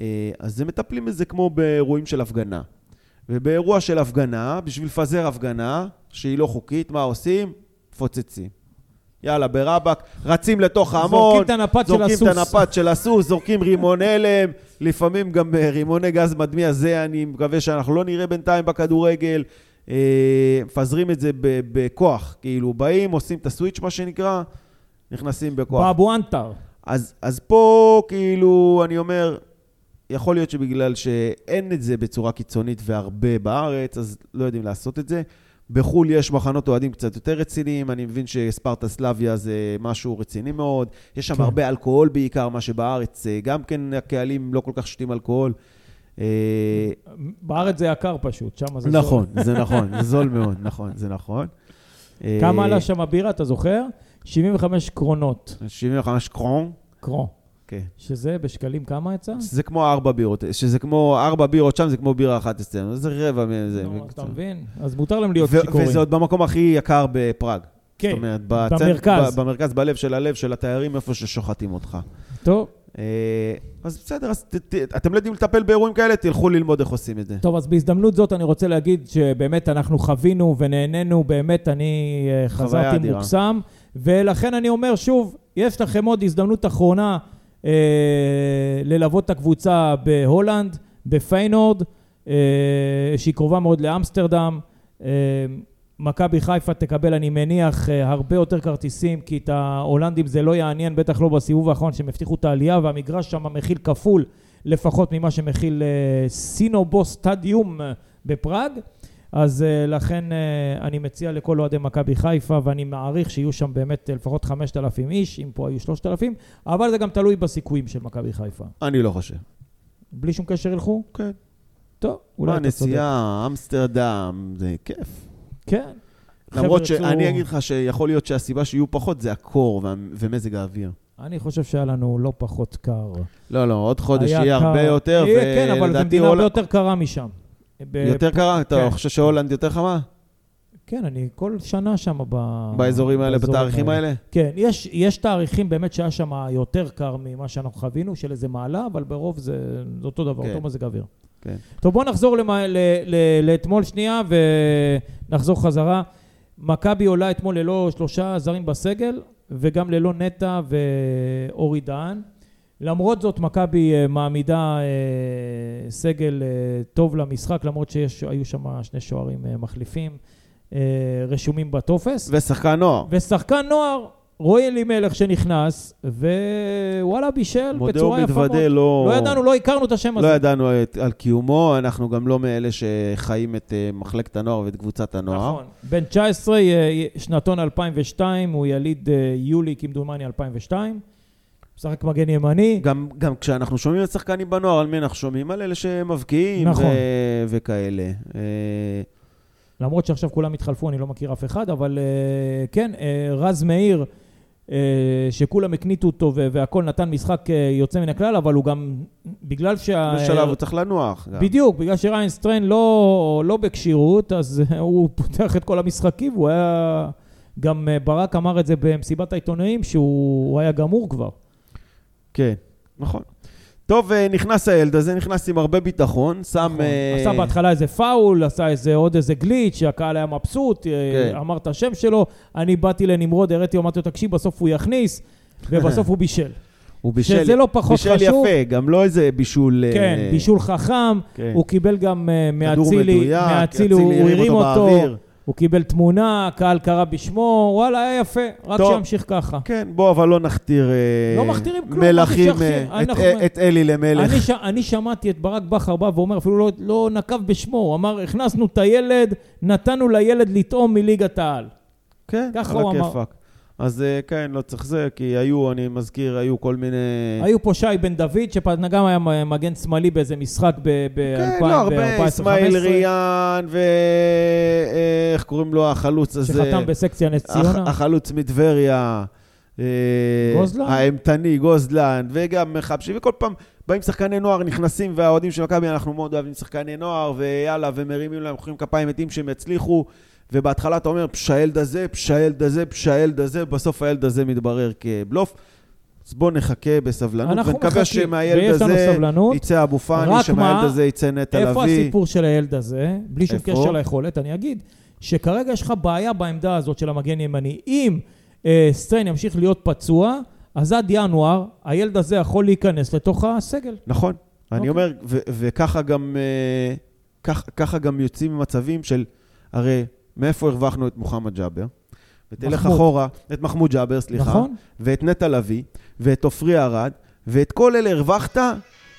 אה, אז הם מטפלים בזה כמו באירועים של הפגנה. ובאירוע של הפגנה, בשביל לפזר הפגנה, שהיא לא חוקית, מה עושים? מפוצצים. יאללה, ברבאק, רצים לתוך ההמון, זורקים את הנפת של זורקים את הסוס. הנפת של הסוס, זורקים רימון הלם, לפעמים גם אה, רימוני גז מדמיע זה, אני מקווה שאנחנו לא נראה בינתיים בכדורגל. אה, מפזרים את זה ב- בכוח, כאילו באים, עושים את הסוויץ' מה שנקרא, נכנסים בכוח. באבו אנטר. אז, אז פה, כאילו, אני אומר, יכול להיות שבגלל שאין את זה בצורה קיצונית והרבה בארץ, אז לא יודעים לעשות את זה. בחו"ל יש מחנות אוהדים קצת יותר רציניים, אני מבין שספרטה סלביה זה משהו רציני מאוד. יש שם כן. כן. הרבה אלכוהול בעיקר, מה שבארץ אה, גם כן הקהלים לא כל כך שותים אלכוהול. אה, בארץ זה יקר פשוט, שם זה... זול. נכון, זה נכון, זה זול מאוד, נכון, זה נכון. אה, כמה עלה שם הבירה, אתה זוכר? 75 קרונות. 75 קרון, קרון. כן. שזה בשקלים כמה יצא? שזה כמו ארבע בירות, שזה כמו ארבע בירות שם, זה כמו בירה אחת אצלנו, זה רבע מזה. נו, לא, אתה בקצרה. מבין? אז מותר להם להיות ו- שיכורים. וזה עוד במקום הכי יקר בפראג. כן, זאת אומרת, במרכז. ב- במרכז, בלב של הלב של התיירים, איפה ששוחטים אותך. טוב, אה, אז בסדר, אז ת- ת- אתם לא יודעים לטפל באירועים כאלה, תלכו ללמוד איך עושים את זה. טוב, אז בהזדמנות זאת אני רוצה להגיד שבאמת אנחנו חווינו ונהנינו, באמת אני אה, חזרתי אדירה. מוקסם, ולכן אני אומר שוב, יש לכם עוד הזדמנות אחרונה אה, ללוות את הקבוצה בהולנד, בפיינורד, אה, שהיא קרובה מאוד לאמסטרדם. אה, מכבי חיפה תקבל, אני מניח, אה, הרבה יותר כרטיסים, כי את ההולנדים זה לא יעניין, בטח לא בסיבוב האחרון, שהם הבטיחו את העלייה, והמגרש שם מכיל כפול לפחות ממה שמכיל אה, סינובו סטדיום אה, בפראג. אז אה, לכן אה, אני מציע לכל אוהדי מכבי חיפה, ואני מעריך שיהיו שם באמת אה, לפחות 5,000 איש, אם פה היו 3,000, אבל זה גם תלוי בסיכויים של מכבי חיפה. אני לא חושב. בלי שום קשר ילכו? כן. טוב, אולי מה, אתה צודק. נסיעה, אמסטרדם, זה כיף. כן. למרות חבר'ה, שאני צאו- אגיד לך שיכול להיות שהסיבה שיהיו פחות זה הקור וה- ומזג האוויר. אני חושב שהיה לנו לא פחות קר. לא, לא, עוד חודש היה יהיה קר. הרבה יותר, יהיה, כן, אבל זו ולדעתי מדינה הרבה הולנד- יותר קרה משם. ב- יותר קרה? אתה כן. חושב שהולנד יותר חמה? כן, אני כל שנה שם ב... אה, באזורים האלה, בתאריכים האלה? כן, יש, יש תאריכים באמת שהיה שם יותר קר ממה שאנחנו חווינו, של איזה מעלה, אבל ברוב זה, זה אותו דבר, כן. אותו מזג אוויר. כן. טוב, בואו נחזור למה, ל, ל, לאתמול שנייה ונחזור חזרה. מכבי עולה אתמול ללא שלושה זרים בסגל, וגם ללא נטע ואורי דהן. למרות זאת, מכבי אה, מעמידה אה, סגל אה, טוב למשחק, למרות שהיו שם שני שוערים אה, מחליפים אה, רשומים בטופס. ושחקן נוער. ושחקן נוער, רועי אלימלך שנכנס, ווואלה, בישל מודה בצורה יפה מאוד. ומתוודה, לא... לא ידענו, לא הכרנו את השם לא הזה. ידענו את- על קיומו, אנחנו גם לא מאלה שחיים את אה, מחלקת הנוער ואת קבוצת הנוער. נכון. בן 19, אה, שנתון 2002, הוא יליד אה, יולי, כמדומני 2002. משחק מגן ימני. גם, גם כשאנחנו שומעים על שחקנים בנוער, על מי אנחנו שומעים? על אלה שמבקיעים נכון. ו- וכאלה. אה, למרות שעכשיו כולם התחלפו, אני לא מכיר אף אחד, אבל אה, כן, אה, רז מאיר, אה, שכולם הקניטו אותו ו- והכל נתן משחק אה, יוצא מן הכלל, אבל הוא גם, בגלל שה... בשלב הוא צריך לנוח. גם. אה, בדיוק, בגלל שריין סטריין לא, לא בכשירות, אז אה, הוא פותח את כל המשחקים, הוא היה... גם אה, ברק אמר את זה במסיבת העיתונאים, שהוא הוא היה גמור כבר. כן, נכון. טוב, אה, נכנס הילד הזה, נכנס עם הרבה ביטחון, שם... אה, נכון. עשה בהתחלה איזה פאול, עשה איזה, עוד איזה גליץ', שהקהל היה מבסוט, אה, כן. אמר את השם שלו, אני באתי לנמרוד, הראתי, אמרתי לו, תקשיב, בסוף הוא יכניס, ובסוף הוא בישל. הוא בישל, שזה לא פחות בישל חשוב. יפה, גם לא איזה בישול... אה, כן, בישול חכם, כן. הוא קיבל גם אה, כדור מאצילי, מדויק, מאצילי הוא הוא הרים אותו, באוויר. הוא קיבל תמונה, הקהל קרא בשמו, וואלה, היה יפה, רק טוב. שימשיך ככה. כן, בוא, אבל לא נכתיר... אה, לא מכתירים כלום, מלכים, אנחנו אה, שייכים, את- אנחנו- אה, את אלי למלך. נכון. אני, ש... אני שמעתי את ברק בכר בא ואומר, אפילו לא, לא נקב בשמו, הוא אמר, הכנסנו את הילד, נתנו לילד לטעום מליגת העל. כן, ככה על הוא אמר. הכיפאק. אז אה, כן, לא צריך זה, כי היו, אני מזכיר, היו כל מיני... היו פה שי בן דוד, שגם היה מגן שמאלי באיזה משחק כן, לא הרבה, ב-2014-2015, אסמאעיל ריאן, ו... אה, איך קוראים לו החלוץ הזה? שחתם בסקציה נס ציונה. הח- החלוץ מטבריה. אה, גוזלן? האימתני, גוזלן, וגם מחפשי, וכל פעם באים שחקני נוער, נכנסים, והאוהדים של מכבי, אנחנו מאוד אוהבים שחקני נוער, ויאללה, ומרימים להם, מוחאים כפיים מתים שהם יצליחו, ובהתחלה אתה אומר, פש הילד הזה, פש הילד הזה, פש הילד הזה, בסוף הילד הזה מתברר כבלוף. אז בואו נחכה בסבלנות, אנחנו ונקווה מחכים, שמהילד ויש לנו הזה סבלנות. יצא אבו פאני, רק שמהילד מה, הזה יצא נטע לביא. איפה הסיפור של הילד הזה? בלי שום איפה? קשר ליכולת, אני אגיד שכרגע יש לך בעיה בעמדה הזאת של המגן ימני. אם אה, סטריין ימשיך להיות פצוע, אז עד ינואר הילד הזה יכול להיכנס לתוך הסגל. נכון. אני אוקיי. אומר, ו- וככה גם, אה, כך- ככה גם יוצאים ממצבים של, הרי מאיפה הרווחנו את מוחמד ג'אבר? ותלך מחמוד. אחורה, את מחמוד ג'אבר, סליחה, נכון? ואת נטע לביא, ואת עופרי ארד, ואת כל אלה הרווחת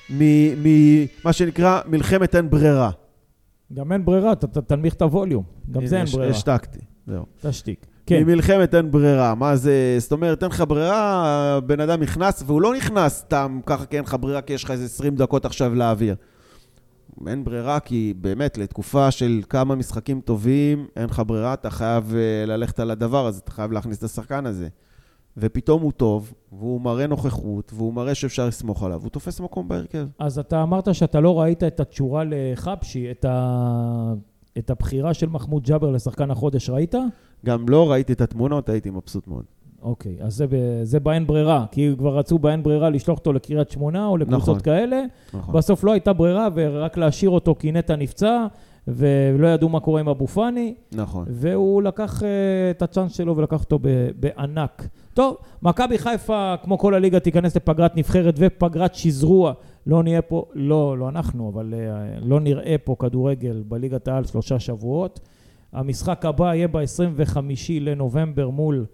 מ- ממה שנקרא מלחמת אין ברירה. גם אין ברירה, אתה אתה תנמיך את הווליום. גם זה הנה, אין הש- ברירה. השתקתי, זהו. תשתיק. כן. כן. ממלחמת אין ברירה. מה זה, זאת אומרת, אין לך ברירה, בן אדם נכנס, והוא לא נכנס סתם ככה כי אין לך ברירה, כי יש לך איזה 20 דקות עכשיו להעביר. אין ברירה, כי באמת, לתקופה של כמה משחקים טובים, אין לך ברירה, אתה חייב אה, ללכת על הדבר הזה, אתה חייב להכניס את השחקן הזה. ופתאום הוא טוב, והוא מראה נוכחות, והוא מראה שאפשר לסמוך עליו, הוא תופס מקום בהרכב. אז אתה אמרת שאתה לא ראית את התשורה לחבשי, את, ה... את הבחירה של מחמוד ג'אבר לשחקן החודש, ראית? גם לא ראיתי את התמונות, הייתי מבסוט מאוד. אוקיי, אז זה, ב- זה באין ברירה, כי כבר רצו באין ברירה לשלוח אותו לקריית שמונה או לקבוצות נכון. כאלה. נכון. בסוף לא הייתה ברירה, ורק להשאיר אותו כי נטע נפצע, ולא ידעו מה קורה עם אבו פאני, נכון. והוא לקח אה, את הצ'אנס שלו ולקח אותו ב- בענק. טוב, מכבי חיפה, כמו כל הליגה, תיכנס לפגרת נבחרת ופגרת שזרוע. לא נהיה פה, לא, לא אנחנו, אבל אה, לא נראה פה כדורגל בליגת העל שלושה שבועות. המשחק הבא יהיה ב-25 לנובמבר מול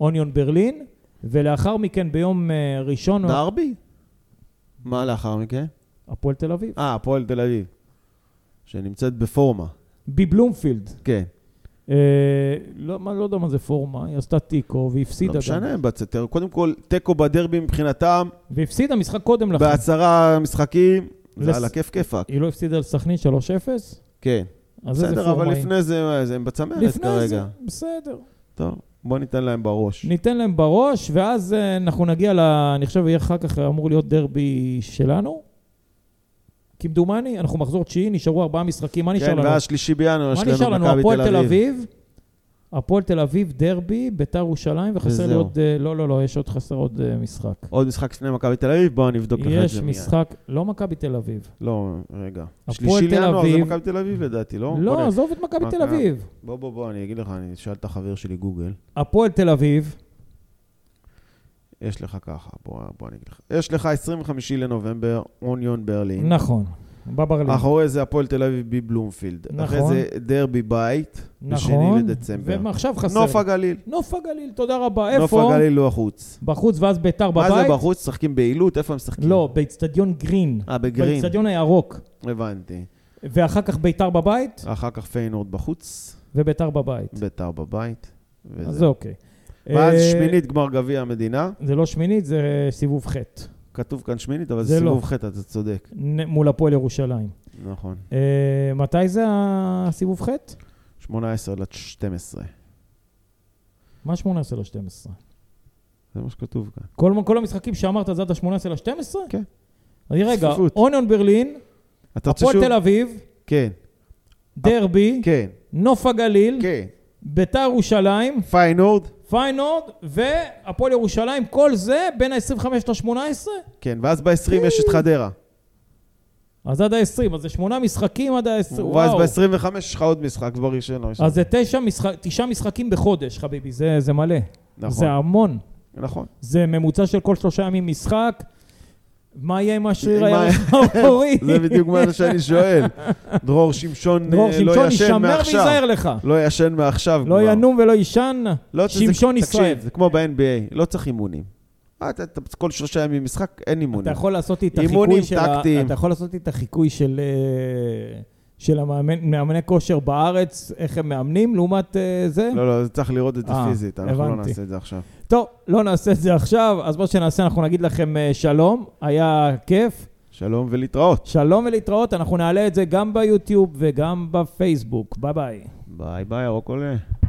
אוניון ברלין, ולאחר מכן ביום אה, ראשון, דרבי? מה לאחר מכן? הפועל תל אביב, אה, הפועל תל אביב, שנמצאת בפורמה. בבלומפילד. כן. אה, לא, מה, לא יודע מה זה פורמה, היא עשתה תיקו והפסידה. לא משנה, גם. נכון. בצטר. קודם כל, תיקו בדרבי מבחינתם, והפסידה משחק קודם לכן. בעשרה משחקים, לס- זה על הכיף כיפאק. היא לא הפסידה לסכנין 3-0? כן. אז איזה בסדר, פורמה אבל היא? לפני זה, זה- הם בצמרת לפני זה, כרגע. בסדר. טוב, בוא ניתן להם בראש. ניתן להם בראש, ואז אה, אנחנו נגיע ל... אני חושב, יהיה אחר כך אמור להיות דרבי שלנו. כמדומני, אנחנו מחזור תשיעי, נשארו ארבעה משחקים, מה נשאר כן, לנו? ואז שלישי בינואר מה יש נשאר לנו לנו? מכבי הפועל תל אביב, הפועל תל אביב, דרבי, ביתר ירושלים, וחסר לי וזהו. עוד... אה, לא, לא, לא, יש עוד חסר עוד אה, משחק. עוד משחק לפני מכבי תל אביב, בואו נבדוק לך את יש זה מיד. משחק, לא מכבי תל אביב. לא, רגע. הפועל שלישי תל לינואר זה אביב. מכבי תל אביב לדעתי, לא? בוא לא, נ- עזוב את מכבי מה תל קרה? אביב. בוא, בוא, בוא, אני אגיד לך, אני אשאל את החבר שלי גוגל. הפועל תל אביב, יש לך ככה, בוא, בוא אני אגיד לך. יש לך 25 לנובמבר, אוניון ברלין. נכון. בברלין. אחרי זה הפועל תל אביב בבלומפילד. אחרי נכון. זה דרבי בית, נכון. בשני לדצמבר. ועכשיו חסר. נוף הגליל. נוף הגליל, תודה רבה. איפה? נוף הגליל לא החוץ. בחוץ ואז ביתר מה בבית? זה בחוץ? משחקים בעילות? איפה הם משחקים? לא, באיצטדיון גרין. אה, בגרין. באיצטדיון הירוק. הבנתי. ואחר כך ביתר בבית, אחר כך פיינורד בחוץ, וביתר בבית. ביתר בבית. וזהו. אז זה אוקיי. ואז אה, שמינית גמר גביע המדינה. זה לא שמינית, זה סיבוב ח' כתוב כאן שמינית, אבל זה זה לא. סיבוב חטא, אתה צודק. נ- מול הפועל ירושלים. נכון. אה, מתי זה הסיבוב ח'? 18 עד 12. מה 18 ל-12? זה מה שכתוב כאן. כל, כל המשחקים שאמרת זה עד ה-18 ל-12? כן. אז רגע, צפיפות. אוניון ברלין, אתה רוצה הפועל שוב? תל אביב, כן, דרבי, כן, נוף הגליל, כן. ביתר ירושלים, פיינורד? פיינורד והפועל ירושלים, כל זה בין ה-25 ל-18? כן, ואז ב-20 יש את חדרה. אז עד ה-20, אז זה שמונה משחקים עד ה-20, ואז וואו. ב-25 יש לך עוד משחק כבר ראשון. לא ראשון. אז זה תשע, משחק, תשעה משחקים בחודש, חביבי, זה, זה מלא. נכון, זה המון. נכון. זה ממוצע של כל שלושה ימים משחק. מה יהיה עם השריר מה- הירך האחורי? זה בדיוק מה שאני שואל. דרור שמשון דרור אה, לא שמשון, ישן הישמר מעכשיו. וייזהר לך. לא ישן מעכשיו כבר. לא ינום ולא יישן, לא, זה- שמשון תקשיב, ישראל. זה כמו ב-NBA, לא צריך אימונים. אה, אתה- אתה- כל שלושה ימים משחק, אין אתה אימונים. יכול לעשות לי את החיקוי אימונים של ה- טקטיים. אתה יכול לעשות לי את החיקוי של... אה, של המאמני כושר בארץ, איך הם מאמנים, לעומת אה, זה. לא, לא, זה צריך לראות את זה אה, פיזית, אנחנו לא הבנתי. נעשה את זה עכשיו. טוב, לא נעשה את זה עכשיו, אז מה שנעשה, אנחנו נגיד לכם אה, שלום, היה כיף. שלום ולהתראות. שלום ולהתראות, אנחנו נעלה את זה גם ביוטיוב וגם בפייסבוק. ביי ביי. ביי ביי, ירוק עולה.